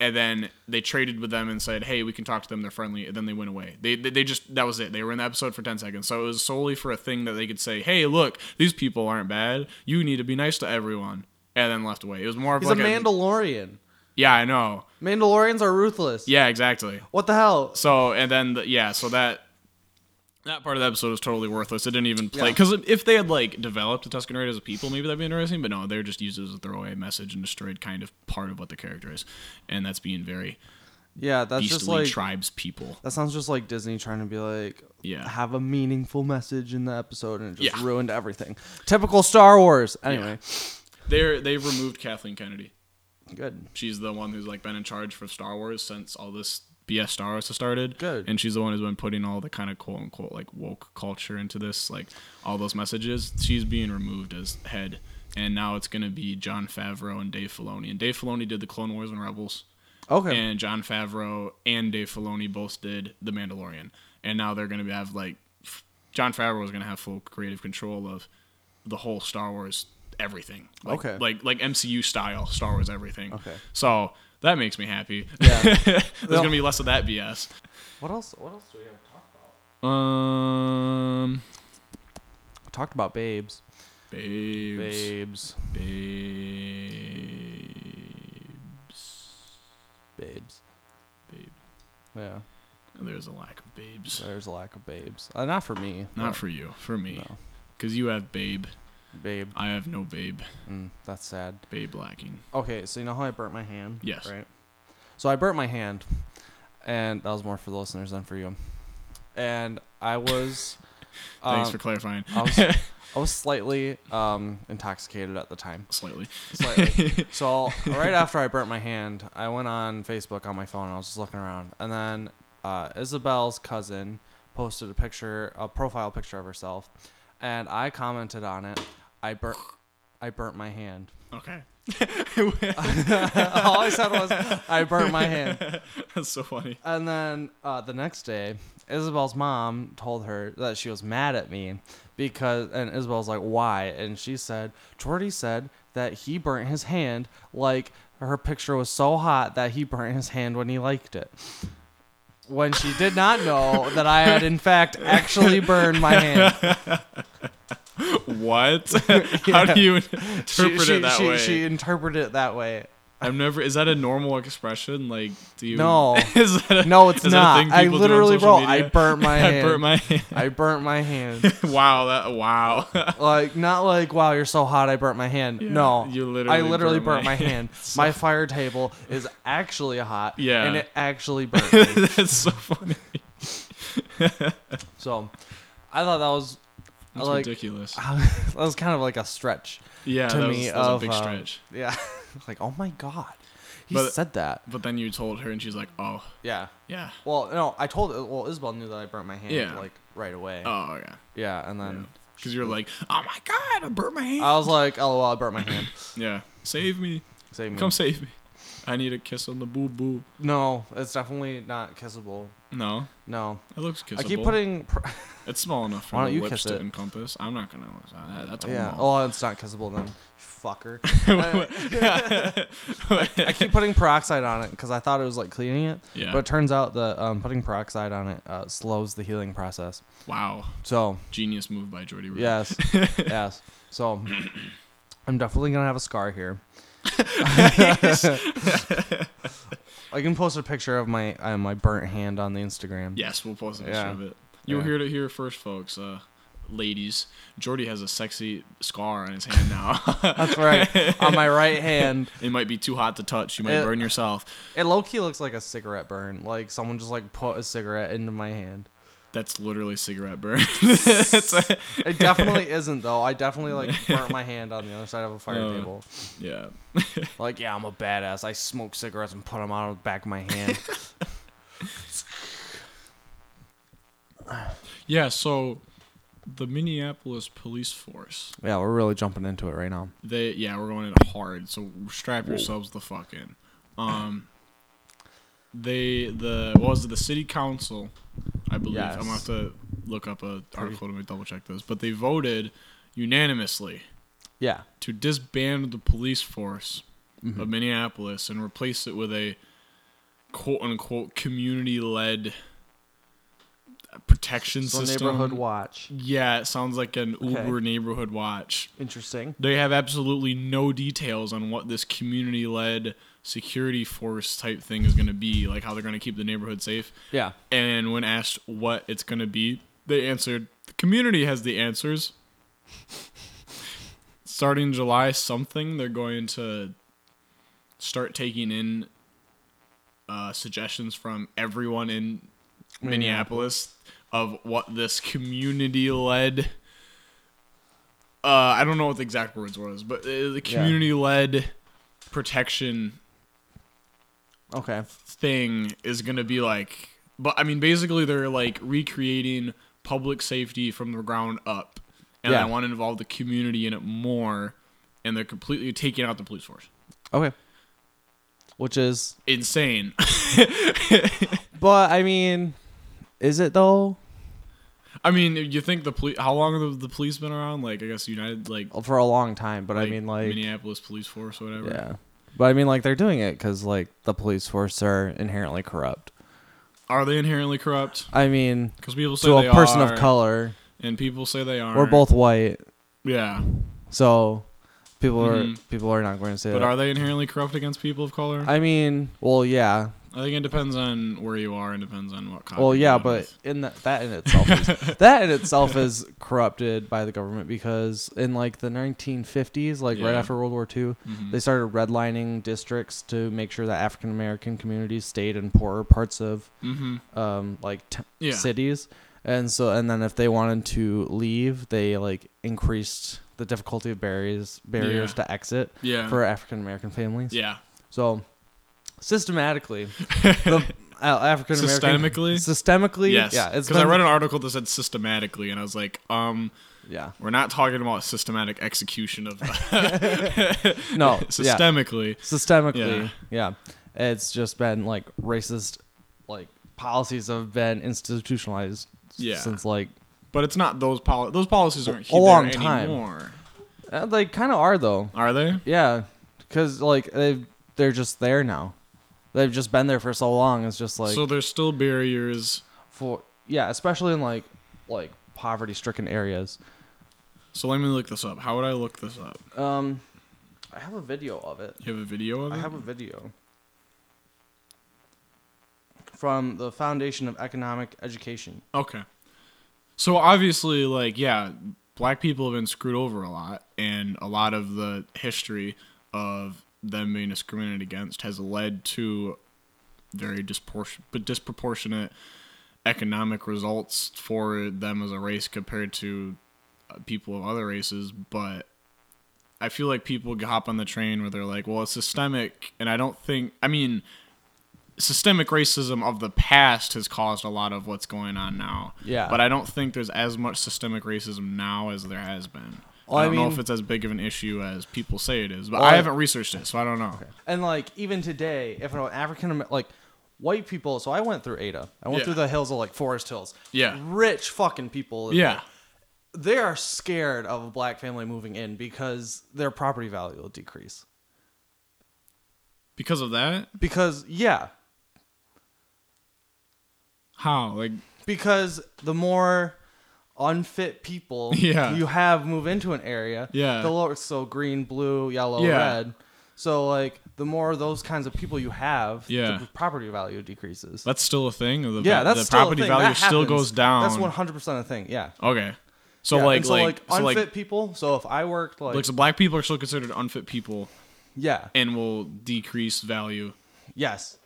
Speaker 1: and then they traded with them and said, "Hey, we can talk to them. They're friendly." And then they went away. They they, they just that was it. They were in the episode for 10 seconds. So it was solely for a thing that they could say, "Hey, look, these people aren't bad. You need to be nice to everyone." And then left away. It was more of
Speaker 2: He's
Speaker 1: like
Speaker 2: a Mandalorian.
Speaker 1: Yeah, I know.
Speaker 2: Mandalorians are ruthless.
Speaker 1: Yeah, exactly.
Speaker 2: What the hell?
Speaker 1: So and then the, yeah, so that that part of the episode was totally worthless. It didn't even play
Speaker 2: Yeah.
Speaker 1: because if they had like developed the Tusken Raiders as a people, maybe that'd be interesting. But no, they're just used as a throwaway message and destroyed kind of part of what the character is, and that's being very
Speaker 2: Yeah, that's just
Speaker 1: beastly
Speaker 2: like
Speaker 1: tribes people.
Speaker 2: that sounds just like Disney trying to be like
Speaker 1: Yeah.
Speaker 2: have a meaningful message in the episode and it just
Speaker 1: Yeah.
Speaker 2: ruined everything. Typical Star Wars. Anyway,
Speaker 1: They're they've removed Kathleen Kennedy.
Speaker 2: good.
Speaker 1: She's the one who's like been in charge for Star Wars since all this BS Star Wars has started.
Speaker 2: Good.
Speaker 1: And she's the one who's been putting all the kind of quote unquote like woke culture into this, like all those messages. She's being removed as head. And now it's gonna be John Favreau and Dave Filoni. And Dave Filoni did the Clone Wars and Rebels.
Speaker 2: Okay.
Speaker 1: And John Favreau and Dave Filoni both did The Mandalorian. And now they're gonna have like f- John Favreau is gonna have full creative control of the whole Star Wars everything. Like,
Speaker 2: Okay.
Speaker 1: Like like MCU style Star Wars everything.
Speaker 2: Okay.
Speaker 1: So that makes me happy.
Speaker 2: Yeah.
Speaker 1: There's gonna be less of that BS.
Speaker 2: what else? What else do we have to talk about?
Speaker 1: Um,
Speaker 2: We talked about babes.
Speaker 1: babes,
Speaker 2: Babes.
Speaker 1: babes,
Speaker 2: Babes.
Speaker 1: babe.
Speaker 2: Yeah.
Speaker 1: There's a lack of babes.
Speaker 2: There's a lack of babes. Uh, not for me.
Speaker 1: Not for you, for me.
Speaker 2: No.
Speaker 1: Cause you have babe,
Speaker 2: babe.
Speaker 1: I have no babe.
Speaker 2: Mm, that's sad.
Speaker 1: Babe lacking.
Speaker 2: Okay, so you know how I burnt my hand?
Speaker 1: Yes.
Speaker 2: Right. So I burnt my hand, and that was more for the listeners than for you. And I was,
Speaker 1: Thanks
Speaker 2: um,
Speaker 1: for clarifying.
Speaker 2: I was, I was slightly um, intoxicated at the time.
Speaker 1: Slightly.
Speaker 2: Slightly. so right after I burnt my hand, I went on Facebook on my phone. I was just looking around, and then uh, Isabel's cousin posted a picture, a profile picture of herself, and I commented on it. I burnt, I burnt my hand.
Speaker 1: Okay.
Speaker 2: All I said was, I burnt my hand.
Speaker 1: That's so funny.
Speaker 2: And then uh, the next day, Isabel's mom told her that she was mad at me because, and Isabel's like, why? And she said, Jordy said that he burnt his hand like her picture was so hot that he burnt his hand when he liked it. When she did not know that I had, in fact, actually burned my hand.
Speaker 1: What? How do you interpret
Speaker 2: she,
Speaker 1: it that
Speaker 2: she,
Speaker 1: way?
Speaker 2: she interpreted it that way.
Speaker 1: I've never. Is that a normal expression? Like, do you?
Speaker 2: No.
Speaker 1: is that a-
Speaker 2: No, it's
Speaker 1: is that a
Speaker 2: not.
Speaker 1: thing
Speaker 2: I
Speaker 1: people do on
Speaker 2: literally,
Speaker 1: social
Speaker 2: bro,
Speaker 1: media?
Speaker 2: I burnt my
Speaker 1: I
Speaker 2: hand.
Speaker 1: burnt my hand.
Speaker 2: I burnt my hand.
Speaker 1: wow. That wow.
Speaker 2: like not like wow, you're so hot. I burnt my hand.
Speaker 1: Yeah,
Speaker 2: no,
Speaker 1: you literally
Speaker 2: I literally
Speaker 1: burnt
Speaker 2: burnt,
Speaker 1: my
Speaker 2: my
Speaker 1: hand.
Speaker 2: hand. my fire table is actually hot.
Speaker 1: Yeah.
Speaker 2: and it actually burnt. me.
Speaker 1: That's so funny.
Speaker 2: so, I thought that was
Speaker 1: That's
Speaker 2: like
Speaker 1: ridiculous.
Speaker 2: that was kind of like a stretch.
Speaker 1: Yeah,
Speaker 2: to
Speaker 1: that,
Speaker 2: me
Speaker 1: was, that was
Speaker 2: of,
Speaker 1: a big
Speaker 2: um,
Speaker 1: stretch.
Speaker 2: Yeah, like oh my god, he
Speaker 1: But-
Speaker 2: said that.
Speaker 1: But then you told her, and she's like, "Oh,
Speaker 2: Yeah.
Speaker 1: yeah,
Speaker 2: Well, no, I told well Isabel knew that I burnt my hand
Speaker 1: Yeah.
Speaker 2: like right away.
Speaker 1: oh yeah,"
Speaker 2: yeah, and then
Speaker 1: because you're like, "Oh my god, I burnt my hand."
Speaker 2: I was like, lol, I burnt my hand.
Speaker 1: yeah, save me,
Speaker 2: Save me.
Speaker 1: come save me. I need a kiss on the boo boo.
Speaker 2: No, it's definitely not kissable.
Speaker 1: No,
Speaker 2: No,
Speaker 1: it looks kissable.
Speaker 2: I keep putting. Pr-
Speaker 1: It's small enough for
Speaker 2: Why
Speaker 1: the
Speaker 2: don't you
Speaker 1: lips
Speaker 2: kiss
Speaker 1: to
Speaker 2: it?
Speaker 1: encompass. I'm not gonna. That, that's a
Speaker 2: Yeah.
Speaker 1: mall.
Speaker 2: Oh, it's not kissable then. Fucker. Uh, I keep putting peroxide on it because I thought it was like cleaning it.
Speaker 1: Yeah.
Speaker 2: oh, But it turns out that um, putting peroxide on it uh, slows the healing process.
Speaker 1: Wow,
Speaker 2: So
Speaker 1: genius move by Jordy. Rhodes.
Speaker 2: yes, yes. So I'm definitely gonna have a scar here. I can post a picture of my uh, my burnt hand on the Instagram.
Speaker 1: Yes, we'll post a picture
Speaker 2: Yeah.
Speaker 1: of it. You'll
Speaker 2: Yeah.
Speaker 1: hear it here first, folks. Uh, ladies, Jordy has a sexy scar on his hand now.
Speaker 2: That's right. on my right hand,
Speaker 1: it might be too hot to touch. You might
Speaker 2: It-
Speaker 1: burn yourself.
Speaker 2: it low key looks like a cigarette burn. Like someone just like put a cigarette into my hand.
Speaker 1: That's literally cigarette burn.
Speaker 2: It definitely isn't though. I definitely like burnt my hand on the other side of a fire
Speaker 1: Oh.
Speaker 2: table.
Speaker 1: yeah.
Speaker 2: Like, yeah, I'm a badass. I smoke cigarettes and put them out of the back of my hand.
Speaker 1: Yeah. So, the Minneapolis police force.
Speaker 2: yeah, we're really jumping into it right now.
Speaker 1: They yeah, we're going in hard. So strap yourselves the fuck in. Um, they the what was it, the city council, I believe. I'm gonna have
Speaker 2: Yes.
Speaker 1: to look up a article to double check this, but they voted unanimously
Speaker 2: Yeah.
Speaker 1: to disband the police force
Speaker 2: Mm-hmm.
Speaker 1: of Minneapolis and replace it with a quote unquote community led protection
Speaker 2: So
Speaker 1: system.
Speaker 2: neighborhood watch.
Speaker 1: yeah, it sounds like an Uber neighborhood watch
Speaker 2: Interesting.
Speaker 1: they have absolutely no details on what this community led security force type thing is going to be, like how they're going to keep the neighborhood safe.
Speaker 2: Yeah.
Speaker 1: And when asked what it's going to be, they answered, the community has the answers. Starting July something, they're going to start taking in uh, suggestions from everyone in Minneapolis of what this community led. Uh, I don't know what the exact words was, but uh, the community led protection
Speaker 2: Okay.
Speaker 1: thing is going to be like but i mean basically they're like recreating public safety from the ground up and
Speaker 2: Yeah.
Speaker 1: i want to involve the community in it more and they're completely taking out the police force
Speaker 2: Okay. Which is,
Speaker 1: insane
Speaker 2: but I mean, is it though?
Speaker 1: i mean you think the police how long have the police been around like i guess united like,
Speaker 2: For a long time, but Oh, I
Speaker 1: like
Speaker 2: mean, like,
Speaker 1: minneapolis police force or whatever
Speaker 2: yeah. But I mean, like, they're doing it because, like, the police force are inherently corrupt.
Speaker 1: are they inherently corrupt
Speaker 2: I mean,
Speaker 1: because people say
Speaker 2: to
Speaker 1: they
Speaker 2: a person
Speaker 1: are,
Speaker 2: of color,
Speaker 1: and people say they are
Speaker 2: we're both white.
Speaker 1: yeah
Speaker 2: So people are
Speaker 1: Mhm.
Speaker 2: people are not going to say
Speaker 1: but
Speaker 2: that.
Speaker 1: are they inherently corrupt against people of color I,
Speaker 2: I mean, well, yeah,
Speaker 1: think it depends on where you are and depends on what color
Speaker 2: well,
Speaker 1: you
Speaker 2: yeah,
Speaker 1: live
Speaker 2: but
Speaker 1: with.
Speaker 2: in that that in itself, is, that in itself is corrupted by the government because in like the 1950s, like right
Speaker 1: Yeah.
Speaker 2: after World War II,
Speaker 1: Mm-hmm.
Speaker 2: they started redlining districts to make sure that African American communities stayed in poorer parts of
Speaker 1: Mhm.
Speaker 2: um like t-
Speaker 1: Yeah.
Speaker 2: cities, and so and then if they wanted to leave, they like increased the difficulty of barriers barriers
Speaker 1: Yeah.
Speaker 2: to exit
Speaker 1: Yeah.
Speaker 2: for African American families.
Speaker 1: Yeah.
Speaker 2: So systematically, the African American
Speaker 1: Systemically?
Speaker 2: systemically,
Speaker 1: Yes.
Speaker 2: yeah, it's
Speaker 1: because I
Speaker 2: been-
Speaker 1: read an article that said systematically, and I was like, um,
Speaker 2: yeah,
Speaker 1: we're not talking about systematic execution of
Speaker 2: no, yeah,
Speaker 1: systemically.
Speaker 2: systemically, yeah. it's just been like racist, like policies have been institutionalized s-
Speaker 1: Yeah.
Speaker 2: since like
Speaker 1: But it's not those poli- those policies aren't
Speaker 2: A long
Speaker 1: there
Speaker 2: time.
Speaker 1: anymore,
Speaker 2: uh, they kind of are though,
Speaker 1: are they?
Speaker 2: yeah, because like they they're just there now, they've just been there for so long. It's just like
Speaker 1: so there's still barriers.
Speaker 2: for yeah, especially in like like poverty stricken areas.
Speaker 1: So let me look this up. How would I look this up?
Speaker 2: Um, I have a video of it.
Speaker 1: You have a video of it?
Speaker 2: I have a video from the Foundation of Economic Education.
Speaker 1: Okay. So obviously, like, yeah, black people have been screwed over a lot, and a lot of the history of them being discriminated against has led to very dispor- but disproportionate economic results for them as a race compared to uh, people of other races. But I feel like people hop on the train where they're like, well, it's systemic, and I don't think, I mean, systemic racism of the past has caused a lot of what's going on now.
Speaker 2: Yeah.
Speaker 1: But I don't think there's as much systemic racism now as there has been.
Speaker 2: Well, I
Speaker 1: I don't know
Speaker 2: mean-
Speaker 1: if it's as big of an issue as people say it is, but
Speaker 2: Well,
Speaker 1: I
Speaker 2: I-
Speaker 1: haven't researched it, so I don't know.
Speaker 2: And like even today, if an African Amer- like white people, so I went through Ada. I went
Speaker 1: Yeah.
Speaker 2: through the hills of like Forest Hills.
Speaker 1: Yeah.
Speaker 2: Rich fucking people. live
Speaker 1: Yeah.
Speaker 2: they are scared of a black family moving in because their property value will decrease.
Speaker 1: Because of that,
Speaker 2: Because yeah,
Speaker 1: how? Like,
Speaker 2: because the more unfit people
Speaker 1: Yeah.
Speaker 2: you have move into an area,
Speaker 1: Yeah.
Speaker 2: the lower so green, blue, yellow,
Speaker 1: Yeah.
Speaker 2: red. So like the more those kinds of people you have,
Speaker 1: Yeah.
Speaker 2: the property value decreases.
Speaker 1: that's still a thing? The,
Speaker 2: yeah, that's
Speaker 1: the
Speaker 2: still
Speaker 1: property
Speaker 2: a thing.
Speaker 1: value
Speaker 2: That
Speaker 1: still
Speaker 2: happens.
Speaker 1: goes down.
Speaker 2: That's one hundred percent a thing. Yeah.
Speaker 1: Okay. So,
Speaker 2: Yeah, and
Speaker 1: like,
Speaker 2: so
Speaker 1: like, so like,
Speaker 2: unfit people. So if I worked like,
Speaker 1: like, so black people are still considered unfit people
Speaker 2: yeah,
Speaker 1: and will decrease value.
Speaker 2: yes,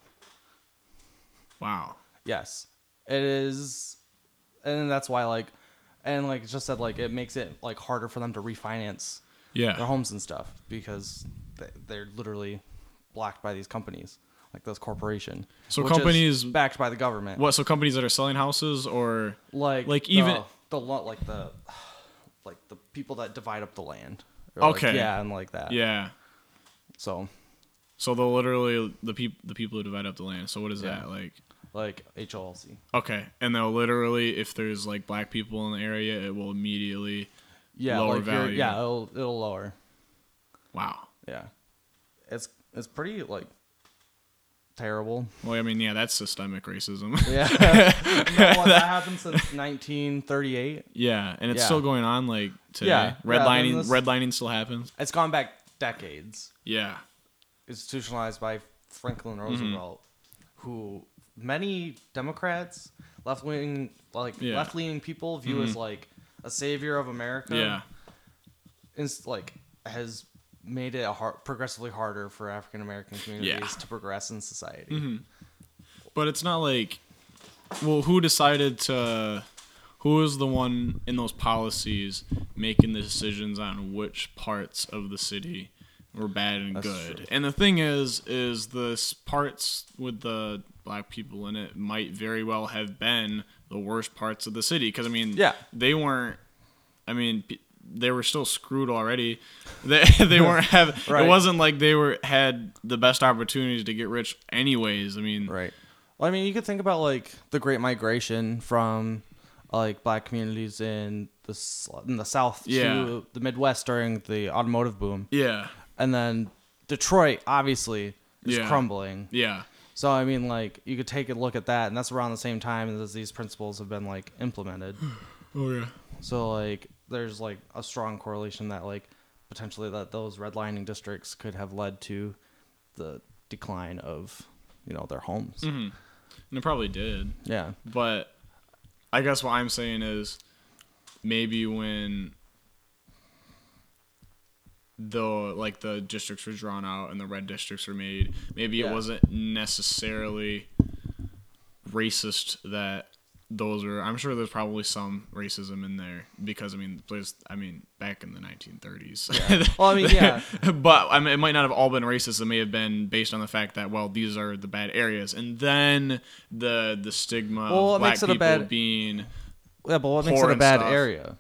Speaker 1: Wow.
Speaker 2: Yes. It is and that's why like and like it's just said like it makes it like harder for them to refinance their
Speaker 1: Yeah.
Speaker 2: homes and stuff because they- they're literally blocked by these companies like this corporation.
Speaker 1: So
Speaker 2: which is
Speaker 1: companies-
Speaker 2: backed by the government.
Speaker 1: What? So companies that are selling houses or
Speaker 2: like
Speaker 1: like
Speaker 2: the-
Speaker 1: even-
Speaker 2: the, lo like the like the people that divide up the land. Or, like,
Speaker 1: Okay.
Speaker 2: yeah, and like that.
Speaker 1: yeah.
Speaker 2: So
Speaker 1: So they'll literally the people the people who divide up the land. So what is
Speaker 2: Yeah.
Speaker 1: that like?
Speaker 2: like HLC.
Speaker 1: Okay, and they'll literally if there's like black people in the area, it will immediately
Speaker 2: Yeah,
Speaker 1: Lower
Speaker 2: like you're-
Speaker 1: value.
Speaker 2: yeah, it'll it'll lower.
Speaker 1: wow.
Speaker 2: Yeah. It's it's pretty like terrible.
Speaker 1: Well, I mean, yeah, that's systemic racism.
Speaker 2: Yeah. that, one- that happened since 1938.
Speaker 1: yeah, and it's
Speaker 2: Yeah.
Speaker 1: still going on like today.
Speaker 2: Yeah, yeah, I
Speaker 1: redlining
Speaker 2: mean, this-
Speaker 1: redlining still happens.
Speaker 2: It's gone back decades.
Speaker 1: Yeah.
Speaker 2: Institutionalized by Franklin
Speaker 1: Mm-hmm.
Speaker 2: Roosevelt, who many Democrats, left wing like
Speaker 1: Yeah. Mm-hmm.
Speaker 2: left leaning people view as like a savior of America.
Speaker 1: Yeah.
Speaker 2: Is like has made it a hard, progressively harder for African American communities to progress in society.
Speaker 1: Mm-hmm. But it's not like, well, who decided to, who is the one in those policies making the decisions on which parts of the city were bad and
Speaker 2: That's
Speaker 1: good?
Speaker 2: true.
Speaker 1: And the thing is, is the s- parts with the black people in it might very well have been the worst parts of the city. Because I mean,
Speaker 2: Yeah.
Speaker 1: they weren't. I mean. p- They were still screwed already. They, they weren't have.
Speaker 2: Right.
Speaker 1: It wasn't like they were had the best opportunities to get rich, anyways. I mean,
Speaker 2: Right. Well, I mean, you could think about like the Great Migration from like black communities in the s- in the South
Speaker 1: Yeah.
Speaker 2: to the Midwest during the automotive boom,
Speaker 1: yeah,
Speaker 2: and then Detroit obviously is
Speaker 1: Yeah.
Speaker 2: crumbling.
Speaker 1: Yeah.
Speaker 2: So I mean, like you could take a look at that, and that's around the same time as these principles have been like implemented.
Speaker 1: Oh yeah.
Speaker 2: So like, there's like a strong correlation that like potentially that those redlining districts could have led to the decline of you know their homes.
Speaker 1: Mm-hmm. And it probably did.
Speaker 2: Yeah.
Speaker 1: But I guess what I'm saying is maybe when the like the districts were drawn out and the red districts were made, maybe it
Speaker 2: Yeah.
Speaker 1: wasn't necessarily racist that those are I'm sure there's probably some racism in there because I mean there's I mean back in the 1930s
Speaker 2: Well, I mean, yeah.
Speaker 1: but I mean, it might not have all been racist. It may have been based on the fact that well, these are the bad areas, and then the the stigma
Speaker 2: Well,
Speaker 1: of
Speaker 2: it
Speaker 1: black
Speaker 2: makes it a
Speaker 1: people
Speaker 2: bad-
Speaker 1: being.
Speaker 2: Yeah, but what
Speaker 1: makes
Speaker 2: makes
Speaker 1: it
Speaker 2: it
Speaker 1: poor a
Speaker 2: a
Speaker 1: and bad
Speaker 2: bad
Speaker 1: stuff.
Speaker 2: area?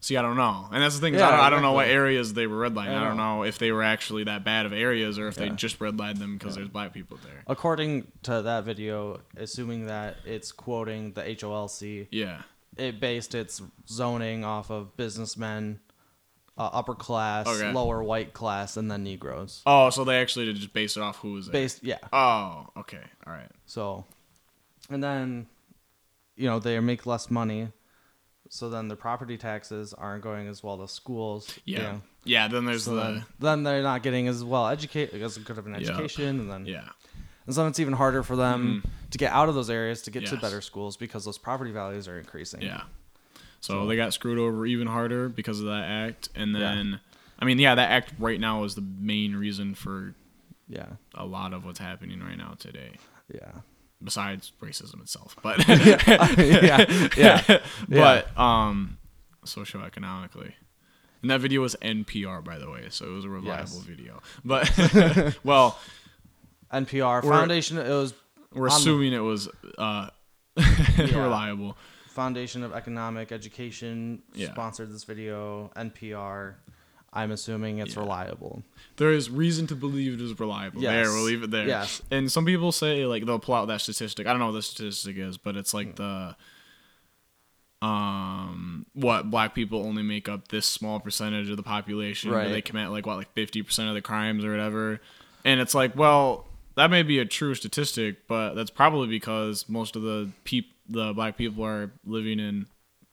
Speaker 1: See, I don't know, and that's the thing. Is I,
Speaker 2: Yeah,
Speaker 1: don't, I don't know what
Speaker 2: exactly.
Speaker 1: areas they were redlining. I,
Speaker 2: I
Speaker 1: don't
Speaker 2: know.
Speaker 1: know if they were actually that bad of areas, or if they
Speaker 2: Yeah.
Speaker 1: just redlined them because there's black people there.
Speaker 2: According to that video, assuming that it's quoting the HOLC,
Speaker 1: Yeah,
Speaker 2: it based its zoning off of businessmen, uh, upper class,
Speaker 1: Okay.
Speaker 2: lower white class, and then Negroes.
Speaker 1: Oh, so they actually did just base it off who was there.
Speaker 2: Based, yeah.
Speaker 1: Oh, okay, all right.
Speaker 2: So, and then, you know, they make less money, So then the property taxes aren't going as well to schools.
Speaker 1: Yeah.
Speaker 2: you know.
Speaker 1: Yeah. then there's
Speaker 2: So
Speaker 1: the
Speaker 2: then, then they're not getting as well educated, as good of an
Speaker 1: Yeah.
Speaker 2: education, and then
Speaker 1: yeah. Mm-hmm.
Speaker 2: and so it's even harder for them to get out of those areas to get to
Speaker 1: Yes.
Speaker 2: better schools because those property values are increasing.
Speaker 1: Yeah. So, they got screwed over even harder because of that act. And
Speaker 2: Yeah.
Speaker 1: then, I mean, yeah, that act right now is the main reason for
Speaker 2: yeah,
Speaker 1: a lot of what's happening right now today,
Speaker 2: yeah,
Speaker 1: besides racism itself. But,
Speaker 2: yeah, yeah.
Speaker 1: but, um, socioeconomically. And that video was NPR, by the way, so it was a reliable
Speaker 2: Yes.
Speaker 1: video. But, well,
Speaker 2: NPR
Speaker 1: We're-
Speaker 2: Foundation. It was
Speaker 1: we're
Speaker 2: On the-
Speaker 1: assuming it was uh, reliable.
Speaker 2: Foundation of Economic Education
Speaker 1: Yeah.
Speaker 2: sponsored this video. NPR. I'm assuming it's
Speaker 1: Yeah.
Speaker 2: reliable.
Speaker 1: There is reason to believe it is reliable.
Speaker 2: Yes.
Speaker 1: There, we'll leave it there.
Speaker 2: Yes.
Speaker 1: And some people say like they'll pull out that statistic. I don't know what the statistic is, but it's
Speaker 2: Hmm.
Speaker 1: like the um what black people only make up this small percentage of the population. but
Speaker 2: Right.
Speaker 1: They commit like what like fifty percent of the crimes or whatever. And it's like, well, that may be a true statistic, but that's probably because most of the peop the black people are living in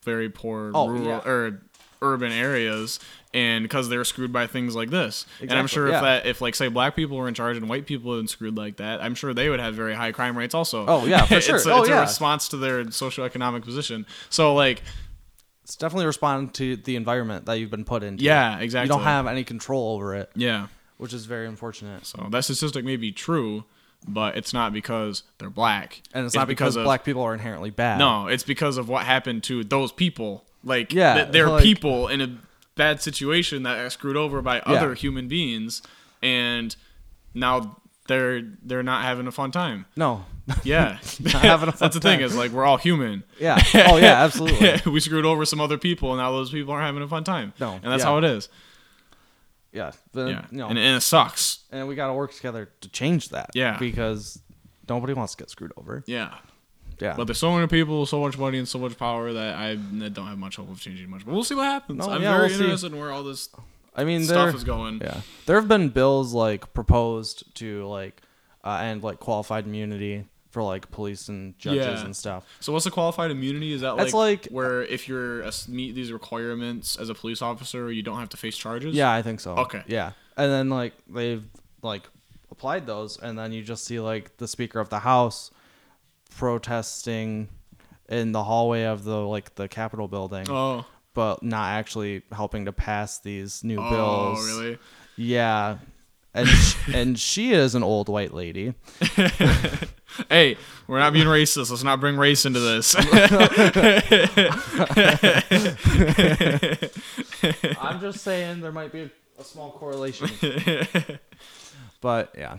Speaker 1: very poor
Speaker 2: Oh,
Speaker 1: rural
Speaker 2: yeah.
Speaker 1: or urban areas and because they're screwed by things like this and i'm
Speaker 2: Exactly,
Speaker 1: sure
Speaker 2: yeah.
Speaker 1: if that if like say black people were in charge and white people had been screwed like that i'm sure they would have very high crime rates also
Speaker 2: Oh, yeah, for
Speaker 1: it's,
Speaker 2: sure.
Speaker 1: a,
Speaker 2: Oh,
Speaker 1: it's
Speaker 2: yeah.
Speaker 1: a response to their socioeconomic position so like
Speaker 2: It's definitely responding to the environment that you've been put into.
Speaker 1: yeah exactly
Speaker 2: You don't have any control over it,
Speaker 1: yeah
Speaker 2: which is very unfortunate.
Speaker 1: so that statistic may be true but it's not because they're black
Speaker 2: And it's, not because,
Speaker 1: of
Speaker 2: black people are inherently bad.
Speaker 1: no it's because of what happened to those people like
Speaker 2: Yeah,
Speaker 1: th- they're
Speaker 2: like-
Speaker 1: people in a bad situation that are screwed over by other human beings and now they're they're not having a fun time
Speaker 2: No.
Speaker 1: Yeah,
Speaker 2: having a fun
Speaker 1: that's the thing is like we're all human.
Speaker 2: yeah. Oh yeah, absolutely.
Speaker 1: we screwed over some other people, and now those people aren't having a fun time.
Speaker 2: No,
Speaker 1: and that's
Speaker 2: yeah. Uh,
Speaker 1: how it is.
Speaker 2: Yeah. But,
Speaker 1: Yeah,
Speaker 2: you know,
Speaker 1: and,
Speaker 2: and,
Speaker 1: and it sucks.
Speaker 2: we got to work together to change that.
Speaker 1: Yeah.
Speaker 2: Because nobody wants to get screwed over.
Speaker 1: Yeah,
Speaker 2: Yeah.
Speaker 1: but there's so many people, so much money, and so much power that I I don't have much hope of changing much. But we'll see what happens.
Speaker 2: No,
Speaker 1: I'm
Speaker 2: yeah,
Speaker 1: very
Speaker 2: we'll see.
Speaker 1: interested in where all this
Speaker 2: I mean, there,
Speaker 1: stuff is going.
Speaker 2: yeah, there have been bills like proposed to like uh, end like qualified immunity for like police and judges
Speaker 1: Yeah.
Speaker 2: and stuff.
Speaker 1: So what's the qualified immunity? Is that like,
Speaker 2: That's like- uh,
Speaker 1: where if you're a, meet these requirements as a police officer, you don't have to face charges?
Speaker 2: Yeah, I think so.
Speaker 1: Okay.
Speaker 2: Yeah, and then like they've like applied those, and then you just see like the Speaker of the House protesting in the hallway of the like the Capitol building,
Speaker 1: Oh,
Speaker 2: but not actually helping to pass these new
Speaker 1: oh,
Speaker 2: bills.
Speaker 1: really?
Speaker 2: Yeah. And sh- and she is an old white lady.
Speaker 1: Hey, we're not being racist. Let's not bring race into this.
Speaker 2: I'm just saying there might be a, a small correlation. but yeah,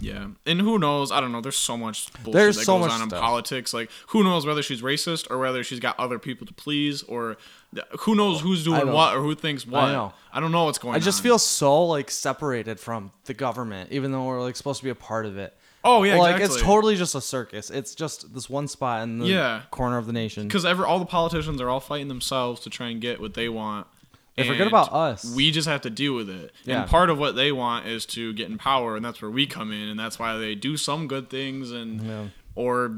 Speaker 1: yeah, and who knows? I don't know. There's so much bullshit
Speaker 2: There's
Speaker 1: that
Speaker 2: so
Speaker 1: goes
Speaker 2: much
Speaker 1: on
Speaker 2: stuff.
Speaker 1: in politics. Like, who knows whether she's racist or whether she's got other people to please, or th- who
Speaker 2: Oh,
Speaker 1: knows who's doing
Speaker 2: don't-
Speaker 1: what or who thinks what. I,
Speaker 2: know.
Speaker 1: don't know what's going.
Speaker 2: I just
Speaker 1: on.
Speaker 2: feel so like separated from the government, even though we're like supposed to be a part of it.
Speaker 1: Oh, yeah,
Speaker 2: like it's
Speaker 1: exactly.
Speaker 2: totally just a circus. It's just this one spot in the
Speaker 1: Yeah.
Speaker 2: corner of the nation.
Speaker 1: because ever all the politicians are all fighting themselves to try and get what they want.
Speaker 2: They forget
Speaker 1: and
Speaker 2: about us.
Speaker 1: We just have to deal with it.
Speaker 2: Yeah.
Speaker 1: And part of what they want is to get in power, and that's where we come in, and that's why they do some good things and
Speaker 2: Yeah.
Speaker 1: or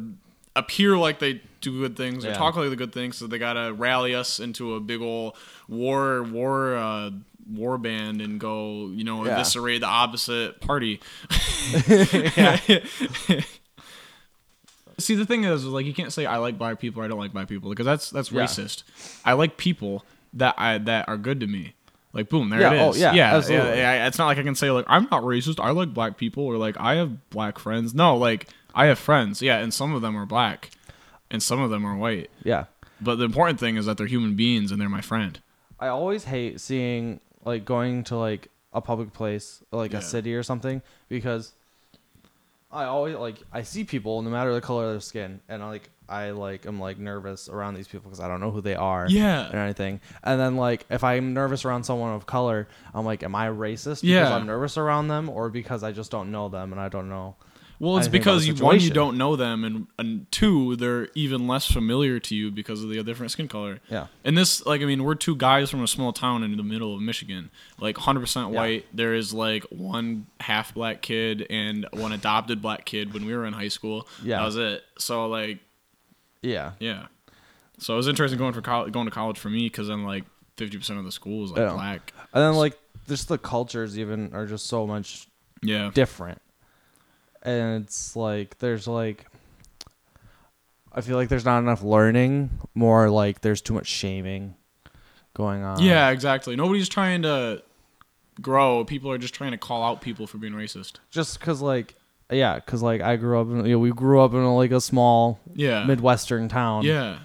Speaker 1: appear like they do good things or
Speaker 2: Yeah.
Speaker 1: talk like the good things. So they gotta rally us into a big old war war uh, war band and go you know
Speaker 2: Yeah.
Speaker 1: eviscerate the opposite party. See, the thing is, like, you can't say I like black people or I don't like black people because that's that's
Speaker 2: Yeah.
Speaker 1: racist. I like people that I that are good to me. Like, boom, there
Speaker 2: Yeah,
Speaker 1: it
Speaker 2: oh,
Speaker 1: is.
Speaker 2: yeah,
Speaker 1: yeah, yeah,
Speaker 2: absolutely.
Speaker 1: yeah. It's not like I can say like I'm not racist. I like black people or like I have black friends. No, like I have friends. Yeah, and some of them are black, and some of them are white.
Speaker 2: yeah.
Speaker 1: But the important thing is that they're human beings and they're my friend.
Speaker 2: I always hate seeing like going to like a public place, like
Speaker 1: Yeah.
Speaker 2: a city or something, because I always like I see people no matter the color of their skin, and I, like I like am like nervous around these people because I don't know who they are,
Speaker 1: Yeah.
Speaker 2: or anything. And then like if I'm nervous around someone of color, I'm like, am I racist because
Speaker 1: Yeah.
Speaker 2: I'm nervous around them, or because I just don't know them and I don't know?
Speaker 1: Well, it's
Speaker 2: I think about
Speaker 1: because you,
Speaker 2: the
Speaker 1: one, you
Speaker 2: situation.
Speaker 1: don't know them, and, and two, they're even less familiar to you because of the different skin color.
Speaker 2: Yeah.
Speaker 1: And this, like, I mean, we're two guys from a small town in the middle of Michigan, like 100%
Speaker 2: Yeah.
Speaker 1: white. There is like one half black kid and one adopted black kid when we were in high school.
Speaker 2: Yeah.
Speaker 1: That was it. So, like,
Speaker 2: Yeah,
Speaker 1: yeah. So it was interesting going for college, going to college for me because then like fifty percent of the school is like
Speaker 2: Yeah.
Speaker 1: black.
Speaker 2: And then like just the cultures even are just so much
Speaker 1: Yeah,
Speaker 2: different. And it's like there's like I feel like there's not enough learning, more like there's too much shaming going on.
Speaker 1: yeah, exactly. Nobody's trying to grow. People are just trying to call out people for being racist.
Speaker 2: Just cuz like yeah, cuz like I grew up in you know, we grew up in like a small
Speaker 1: Yeah,
Speaker 2: midwestern town.
Speaker 1: yeah,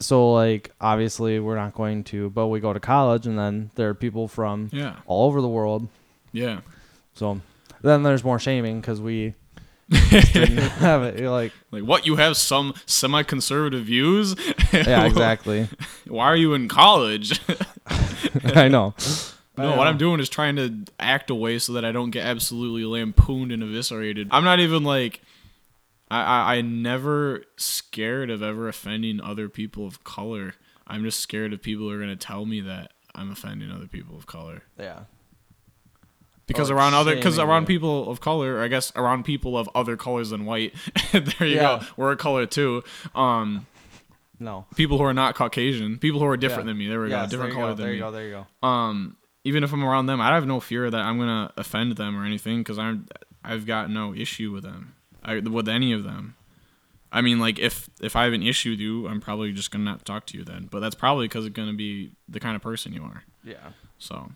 Speaker 2: So like obviously we're not going to, but we go to college and then there are people from
Speaker 1: yeah,
Speaker 2: all over the world.
Speaker 1: yeah.
Speaker 2: So then there's more shaming cuz we just didn't have it. You're like
Speaker 1: Like what? You have some semi-conservative views.
Speaker 2: yeah, exactly.
Speaker 1: Why are you in college?
Speaker 2: I know.
Speaker 1: No, what I'm doing is trying to act away so that I don't get absolutely lampooned and eviscerated. I'm not even like, I, I, I never scared of ever offending other people of color. I'm just scared of people who are gonna tell me that I'm offending other people of color
Speaker 2: Yeah.
Speaker 1: because
Speaker 2: like
Speaker 1: around other because
Speaker 2: shaming
Speaker 1: around
Speaker 2: it.
Speaker 1: people of color, or I guess around people of other colors than white. there you
Speaker 2: Yeah.
Speaker 1: go. We're a color too. Um,
Speaker 2: No.
Speaker 1: people who are not Caucasian, people who are different
Speaker 2: Yeah.
Speaker 1: than me. There we
Speaker 2: Yes,
Speaker 1: go. Different
Speaker 2: there you
Speaker 1: color
Speaker 2: go,
Speaker 1: than
Speaker 2: there
Speaker 1: me.
Speaker 2: you go. There you go.
Speaker 1: um even if I'm around them, I have no fear that I'm gonna offend them or anything because I'm I've got no issue with them, I, with any of them. I mean, like if if I have an issue with you, I'm probably just gonna not talk to you then. But that's probably because it's gonna be the kind of person you are.
Speaker 2: Yeah.
Speaker 1: So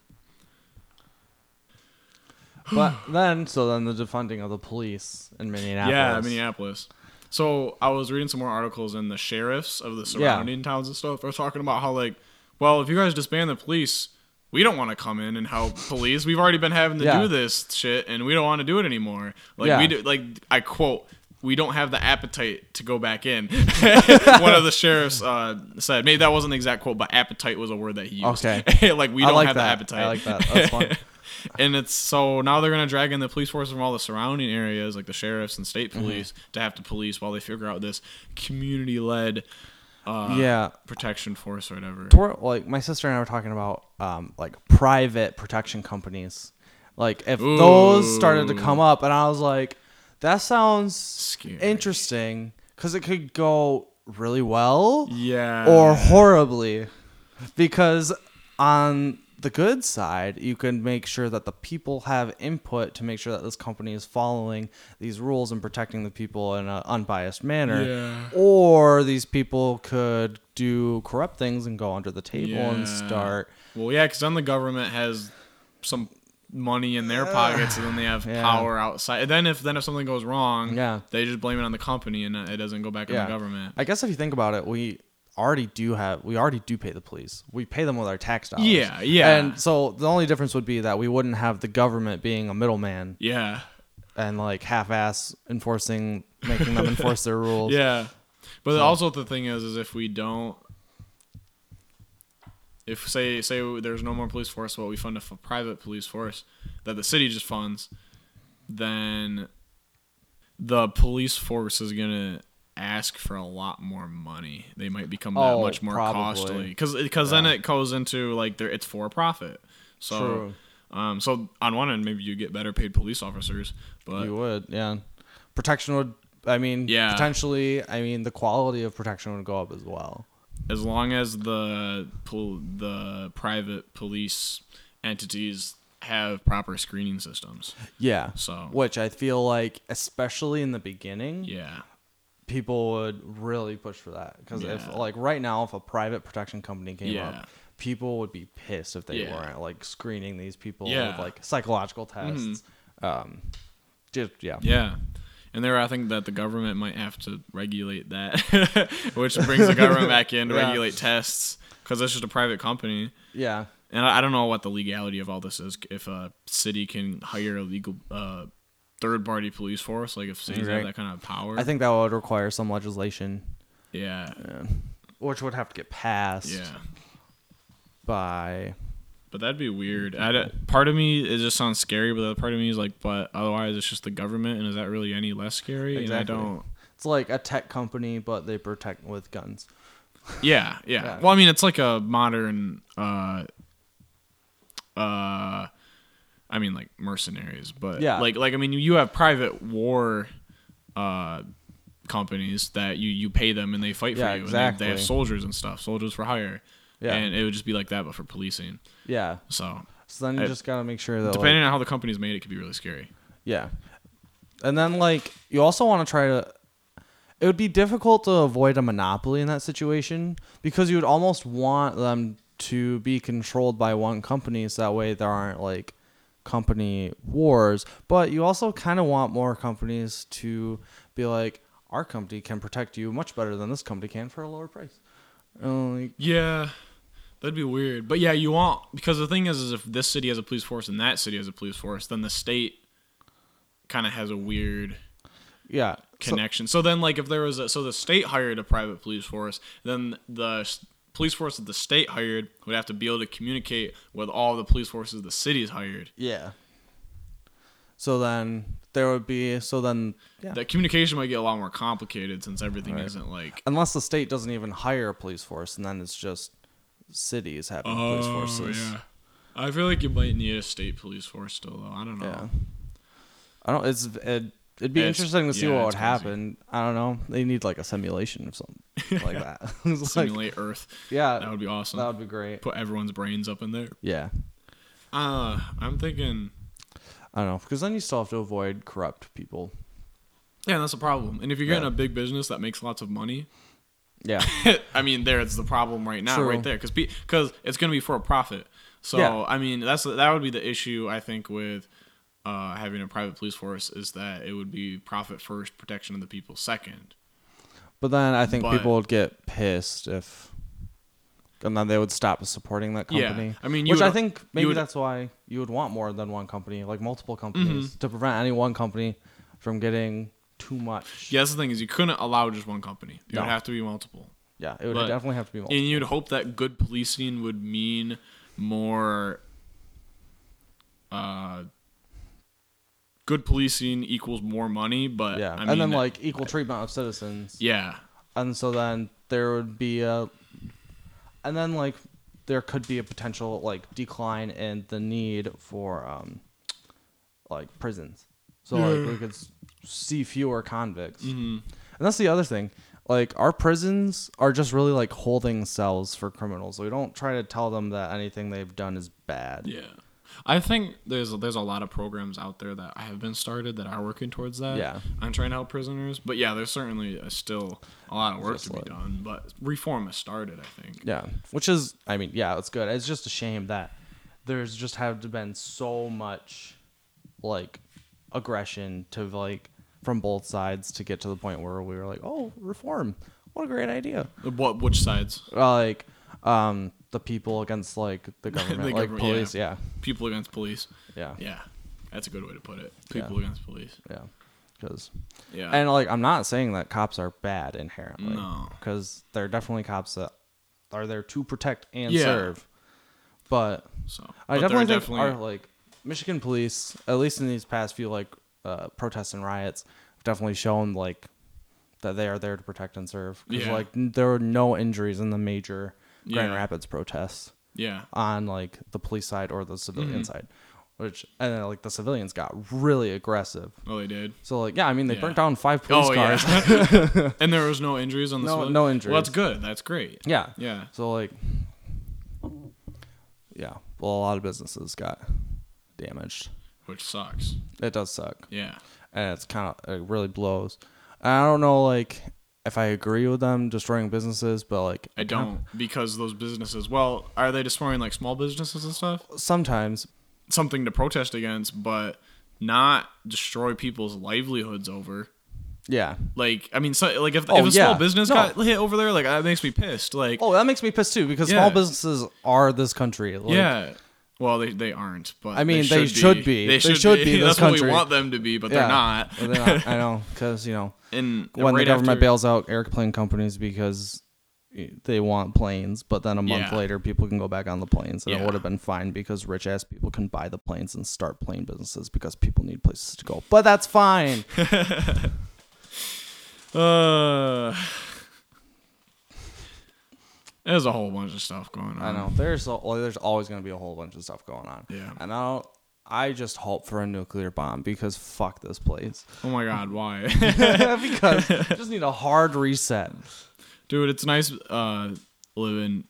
Speaker 2: But then, so then the defunding of the police in Minneapolis.
Speaker 1: yeah, Minneapolis. So I was reading some more articles, and the sheriffs of the surrounding towns and stuff are talking about how like, well, if you guys disband the police. We don't want to come in and help police. We've already been having to
Speaker 2: Yeah.
Speaker 1: do this shit, and we don't want to do it anymore. Like
Speaker 2: Yeah.
Speaker 1: we do, like I quote, we don't have the appetite to go back in. One of the sheriffs uh, said, maybe that wasn't the exact quote, but appetite was a word that he used.
Speaker 2: Okay.
Speaker 1: like we
Speaker 2: I
Speaker 1: don't
Speaker 2: like
Speaker 1: have
Speaker 2: that.
Speaker 1: the appetite.
Speaker 2: I like that. That's fun.
Speaker 1: and it's so now they're gonna drag in the police force from all the surrounding areas, like the sheriffs and
Speaker 2: Mm-hmm.
Speaker 1: state police, to have to police while they figure out this community-led uh,
Speaker 2: yeah.
Speaker 1: protection force or whatever.
Speaker 2: Tor- like my sister and I were talking about um, like private protection companies. Like if those started to come up, and I was like, that sounds
Speaker 1: Scary.
Speaker 2: interesting because it could go really well
Speaker 1: Yeah.
Speaker 2: or horribly, because on the good side, you can make sure that the people have input to make sure that this company is following these rules and protecting the people in an unbiased manner.
Speaker 1: Yeah.
Speaker 2: Or these people could do corrupt things and go under the table and
Speaker 1: Yeah.
Speaker 2: start.
Speaker 1: Well, yeah, because then the government has some money in their pockets, and then they have
Speaker 2: Yeah.
Speaker 1: power outside. And then if then if something goes wrong,
Speaker 2: Yeah.
Speaker 1: they just blame it on the company, and it doesn't go back on
Speaker 2: Yeah.
Speaker 1: the government.
Speaker 2: I guess if you think about it, we already do have we already do pay the police. We pay them with our tax dollars.
Speaker 1: Yeah, yeah.
Speaker 2: And so the only difference would be that we wouldn't have the government being a middleman
Speaker 1: yeah,
Speaker 2: and like half-ass enforcing, making them enforce their rules.
Speaker 1: yeah. But also the thing is, is if we don't, if say say there's no more police force, but we fund a f- private police force that the city just funds, then the police force is gonna ask for a lot more money. They might become that
Speaker 2: Oh,
Speaker 1: much more
Speaker 2: probably.
Speaker 1: costly because because then it goes into like their it's for profit. So.
Speaker 2: True.
Speaker 1: Um, so on one end, maybe you get better paid police officers, but
Speaker 2: You would, yeah. Protection would I mean
Speaker 1: Yeah.
Speaker 2: potentially I mean the quality of protection would go up as well.
Speaker 1: as long as the pol- the private police entities have proper screening systems.
Speaker 2: Yeah.
Speaker 1: So-
Speaker 2: which I feel like especially in the beginning,
Speaker 1: Yeah.
Speaker 2: people would really push for that because if
Speaker 1: Yeah.
Speaker 2: like right now if a private protection company came
Speaker 1: Yeah.
Speaker 2: up people would be pissed if they
Speaker 1: Yeah.
Speaker 2: weren't like screening these people with
Speaker 1: Yeah. Mm-hmm.
Speaker 2: like psychological tests um just yeah
Speaker 1: Yeah. And there, I think that the government might have to regulate that, which brings the government back in to
Speaker 2: Yeah.
Speaker 1: regulate tests because it's just a private company.
Speaker 2: yeah
Speaker 1: And I, I don't know what the legality of all this is. If a city can hire a legal uh, third party police force, like if cities
Speaker 2: Right.
Speaker 1: have that kind of power.
Speaker 2: i think that would require some legislation
Speaker 1: yeah.
Speaker 2: which would have to get passed
Speaker 1: Yeah.
Speaker 2: by
Speaker 1: But that'd be weird. I don't- part of me it just sounds scary, but the other part of me is like, but otherwise it's just the government, and is that really any less scary?
Speaker 2: Exactly.
Speaker 1: And I don't.
Speaker 2: it's like a tech company but they protect with guns
Speaker 1: Yeah, yeah.
Speaker 2: Yeah.
Speaker 1: Well, I mean, it's like a modern. uh uh I mean, like mercenaries, but
Speaker 2: Yeah.
Speaker 1: like like I mean, you have private war uh companies that you you pay them and they fight
Speaker 2: Yeah,
Speaker 1: for you. And they-
Speaker 2: exactly.
Speaker 1: they, have soldiers and stuff, soldiers for hire.
Speaker 2: Yeah.
Speaker 1: And it would just be like that, but for policing.
Speaker 2: yeah.
Speaker 1: So
Speaker 2: So then you
Speaker 1: I-
Speaker 2: just gotta make sure that like,
Speaker 1: depending on how the company's made, it could be really scary.
Speaker 2: Yeah. And then like you also want to try to it would be difficult to avoid a monopoly in that situation because you would almost want them to be controlled by one company so that way there aren't like company wars, but you also kind of want more companies to be like our company can protect you much better than this company can for a lower price. And, like,
Speaker 1: Yeah, that'd be weird. But yeah, you want because the thing is, is if this city has a police force and that city has a police force, then the state kind of has a weird
Speaker 2: yeah. So-
Speaker 1: connection. So, then, like, if there was a so the state hired a private police force, then the s- police force that the state hired would have to be able to communicate with all the police forces the city's hired.
Speaker 2: yeah. So then there would be so then yeah.
Speaker 1: That communication might get a lot more complicated since everything isn't like
Speaker 2: unless the state doesn't even hire a police force, and then it's just cities having police forces.
Speaker 1: Oh, yeah. I feel like you might need a state police force still, though. I don't know.
Speaker 2: Yeah. I don't. It's it, it'd be
Speaker 1: It's-
Speaker 2: interesting to see
Speaker 1: yeah,
Speaker 2: what
Speaker 1: it's
Speaker 2: would
Speaker 1: crazy.
Speaker 2: happen. I don't know. They need like a simulation or something like that. It's like,
Speaker 1: Simulate Earth.
Speaker 2: yeah,
Speaker 1: That would be awesome.
Speaker 2: that would be great.
Speaker 1: Put everyone's brains up in there.
Speaker 2: Yeah,
Speaker 1: Uh, I'm thinking,
Speaker 2: I don't know because then you still have to avoid corrupt people.
Speaker 1: yeah, that's a problem. And if you're getting
Speaker 2: Yeah.
Speaker 1: a big business that makes lots of money,
Speaker 2: Yeah,
Speaker 1: I mean, there's the problem right now,
Speaker 2: True.
Speaker 1: right there, because because it's gonna be for a profit. So
Speaker 2: Yeah.
Speaker 1: I mean, that's that would be the issue I think with uh, having a private police force is that it would be profit first, protection of the people second.
Speaker 2: but then I think
Speaker 1: But-
Speaker 2: people would get pissed if. And then they would stop supporting that
Speaker 1: Yeah.
Speaker 2: company.
Speaker 1: I mean, you
Speaker 2: which
Speaker 1: would-
Speaker 2: I think
Speaker 1: you
Speaker 2: maybe
Speaker 1: would-
Speaker 2: that's why you would want more than one company, like multiple companies,
Speaker 1: Mm-hmm.
Speaker 2: to prevent any one company from getting too much.
Speaker 1: Yeah, that's the thing is you couldn't allow just one company. It
Speaker 2: No.
Speaker 1: would have to be multiple.
Speaker 2: Yeah, it would
Speaker 1: But-
Speaker 2: definitely have to be multiple.
Speaker 1: And you'd hope that good policing would mean more. Uh, good policing equals more money, but
Speaker 2: yeah,
Speaker 1: I
Speaker 2: and
Speaker 1: mean,
Speaker 2: then like equal treatment of citizens,
Speaker 1: yeah,
Speaker 2: and so then there would be a, and then like there could be a potential like decline in the need for um, like prisons. So like we could s- see fewer convicts, and that's the other thing. Like our prisons are just really like holding cells for criminals. We don't try to tell them that anything they've done is bad.
Speaker 1: yeah. I think there's there's a lot of programs out there that have been started that are working towards that.
Speaker 2: Yeah.
Speaker 1: I'm trying to help prisoners, but yeah, there's certainly uh still a lot of work to be
Speaker 2: like-
Speaker 1: done. But reform has started, I think.
Speaker 2: Yeah, which is, I mean, yeah, it's good. It's just a shame that there's just have been so much like aggression to like from both sides to get to the point where we were like, oh, reform, what a great idea.
Speaker 1: What which sides?
Speaker 2: Uh, like, um, the people against like the government,
Speaker 1: The
Speaker 2: like
Speaker 1: government,
Speaker 2: police, yeah,
Speaker 1: yeah. People against police.
Speaker 2: yeah, yeah,
Speaker 1: Yeah, that's a good way to put it.
Speaker 2: Yeah.
Speaker 1: People against police.
Speaker 2: because.
Speaker 1: Yeah.
Speaker 2: And like, I'm not saying that cops are bad inherently,
Speaker 1: No.
Speaker 2: because they're definitely cops that are there to protect and
Speaker 1: Yeah.
Speaker 2: serve. But
Speaker 1: So
Speaker 2: I
Speaker 1: but
Speaker 2: definitely
Speaker 1: they're
Speaker 2: think our like Michigan police, at least in these past few like uh, protests and riots, have definitely shown like that they are there to protect and serve. Because
Speaker 1: Yeah.
Speaker 2: like n- there were no injuries in the major Grand
Speaker 1: Yeah.
Speaker 2: Rapids protests
Speaker 1: yeah,
Speaker 2: on like the police side or the
Speaker 1: Mm-hmm.
Speaker 2: civilian side, which and then like the civilians got really aggressive.
Speaker 1: well they did.
Speaker 2: So like yeah, I mean they
Speaker 1: Yeah.
Speaker 2: burnt down five police
Speaker 1: oh
Speaker 2: cars.
Speaker 1: yeah, and there was no injuries on the
Speaker 2: No-
Speaker 1: civilian?
Speaker 2: no
Speaker 1: Well, that's
Speaker 2: injuries.
Speaker 1: good. That's great.
Speaker 2: Yeah.
Speaker 1: Yeah.
Speaker 2: So like, yeah, well a lot of businesses got damaged.
Speaker 1: which sucks.
Speaker 2: It does suck.
Speaker 1: Yeah,
Speaker 2: and Eh, it's kind of it really blows. And I don't know like if I agree with them destroying businesses, but like
Speaker 1: I don't because those businesses. Well, are they destroying like small businesses and stuff?
Speaker 2: sometimes.
Speaker 1: Something to protest against, but not destroy people's livelihoods over.
Speaker 2: Yeah.
Speaker 1: Like, I mean, so, like if,
Speaker 2: Oh,
Speaker 1: if a small
Speaker 2: yeah.
Speaker 1: business
Speaker 2: No.
Speaker 1: got hit over there, like that makes me pissed. Like,
Speaker 2: Oh, that makes me pissed too because
Speaker 1: Yeah.
Speaker 2: small businesses are this country. Like,
Speaker 1: yeah. Well, they, they aren't, but
Speaker 2: I mean, they should be. They
Speaker 1: They should,
Speaker 2: should
Speaker 1: be.
Speaker 2: be in this
Speaker 1: That's what
Speaker 2: country.
Speaker 1: we want them to be, but
Speaker 2: yeah.
Speaker 1: they're not.
Speaker 2: Well, they're not. I know because you know
Speaker 1: And
Speaker 2: when
Speaker 1: right
Speaker 2: the government
Speaker 1: after,
Speaker 2: bails out airplane companies because they want planes, but then a month
Speaker 1: Yeah.
Speaker 2: later people can go back on the planes and it
Speaker 1: Yeah.
Speaker 2: would have been fine because rich ass people can buy the planes and start plane businesses because people need places to go. But that's fine.
Speaker 1: Uh, there's a whole bunch of stuff going on.
Speaker 2: Mm. I know there's a, well, there's always going to be a whole bunch of stuff going on.
Speaker 1: Yeah.
Speaker 2: and I don't I just hope for a nuclear bomb because fuck this place.
Speaker 1: Oh my god, why?
Speaker 2: because I just need a hard reset.
Speaker 1: Dude, it's nice uh living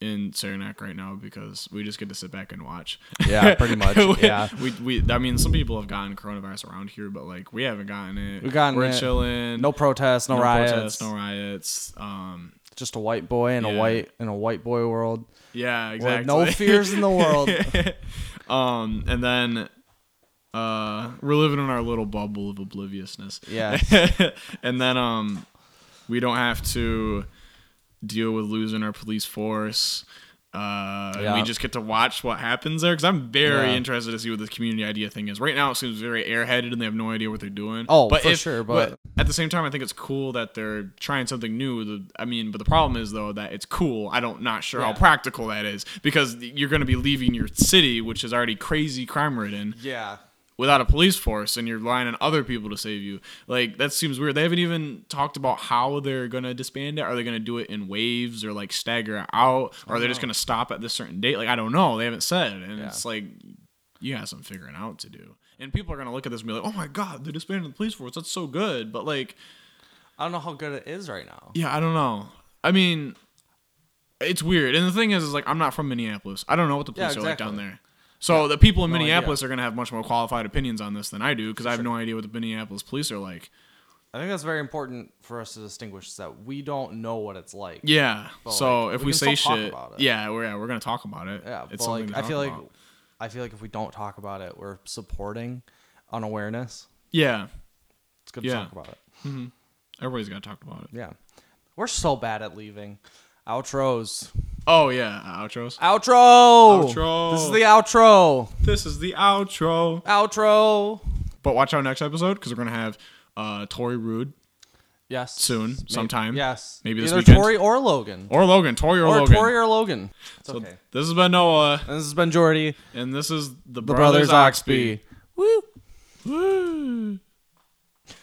Speaker 1: in Saranac right now because we just get to sit back and watch.
Speaker 2: Yeah, pretty much.
Speaker 1: we,
Speaker 2: yeah.
Speaker 1: We, we I mean some people have gotten coronavirus around here, but like we haven't gotten it.
Speaker 2: We've gotten
Speaker 1: We're
Speaker 2: it.
Speaker 1: chilling.
Speaker 2: No protests, no, riots.
Speaker 1: protests, no riots. Um
Speaker 2: Just a white boy in
Speaker 1: Yeah.
Speaker 2: a white in a white boy world.
Speaker 1: yeah, exactly.
Speaker 2: With no fears in the world.
Speaker 1: um and then uh we're living in our little bubble of obliviousness.
Speaker 2: Yeah.
Speaker 1: and then um we don't have to deal with losing our police force. Uh, and We
Speaker 2: Yeah.
Speaker 1: just get to watch what happens there because I'm very
Speaker 2: Yeah.
Speaker 1: interested to see what this community idea thing is. Right now, it seems very airheaded and they have no idea what they're doing.
Speaker 2: Oh, for sure, but-
Speaker 1: at the same time, I think it's cool that they're trying something new. The- I mean, but the problem is though that it's cool. I don't not sure how
Speaker 2: Yeah.
Speaker 1: practical that is because you're going to be leaving your city, which is already crazy crime ridden,
Speaker 2: Yeah.
Speaker 1: without a police force and you're relying on other people to save you. Like that seems weird. They haven't even talked about how they're gonna disband it. Are they gonna do it in waves or like stagger it out? Or are they just gonna stop at this certain date? Like I don't know. They haven't said. And
Speaker 2: Yeah.
Speaker 1: it's like you got some figuring out to do. And people are gonna look at this and be like, Oh my god, they're disbanding the police force. That's so good. But like
Speaker 2: I don't know how good it is right now.
Speaker 1: yeah, I don't know. I mean it's weird. And the thing is is like I'm not from Minneapolis. I don't know what the
Speaker 2: Yeah,
Speaker 1: police are like
Speaker 2: exactly.
Speaker 1: down there. So the people in
Speaker 2: No idea.
Speaker 1: Minneapolis are going to have much more qualified opinions on this than I do because I have no idea what the Minneapolis police are like.
Speaker 2: I think that's very important for us to distinguish is that we don't know what it's like.
Speaker 1: Yeah.
Speaker 2: But,
Speaker 1: so
Speaker 2: like,
Speaker 1: if
Speaker 2: we
Speaker 1: we,
Speaker 2: can
Speaker 1: say
Speaker 2: still talk
Speaker 1: shit,
Speaker 2: about it.
Speaker 1: yeah, we're yeah, we're gonna talk about it.
Speaker 2: Yeah,
Speaker 1: it's
Speaker 2: but
Speaker 1: something
Speaker 2: like
Speaker 1: to
Speaker 2: I
Speaker 1: talk
Speaker 2: feel like
Speaker 1: about.
Speaker 2: I feel like if we don't talk about it, we're supporting unawareness.
Speaker 1: yeah,
Speaker 2: It's good
Speaker 1: Yeah.
Speaker 2: to talk about it.
Speaker 1: everybody's gotta talk about it.
Speaker 2: Yeah. We're so bad at leaving. Outros.
Speaker 1: Oh yeah, outros.
Speaker 2: Outro.
Speaker 1: Outro.
Speaker 2: This is the outro.
Speaker 1: This is the outro.
Speaker 2: Outro.
Speaker 1: But watch out next episode because we're gonna have uh Tori Rude
Speaker 2: Yes.
Speaker 1: Soon,
Speaker 2: Maybe-
Speaker 1: sometime.
Speaker 2: Yes.
Speaker 1: Maybe this
Speaker 2: Either
Speaker 1: weekend.
Speaker 2: Tori or Logan.
Speaker 1: or Logan. Tori or,
Speaker 2: Or,
Speaker 1: Logan.
Speaker 2: Tori or Logan. It's
Speaker 1: so
Speaker 2: okay.
Speaker 1: this has been Noah,
Speaker 2: And this has been Jordy,
Speaker 1: and this is the,
Speaker 2: the Brothers, Oxby. Woo.
Speaker 1: Oxby. Woo.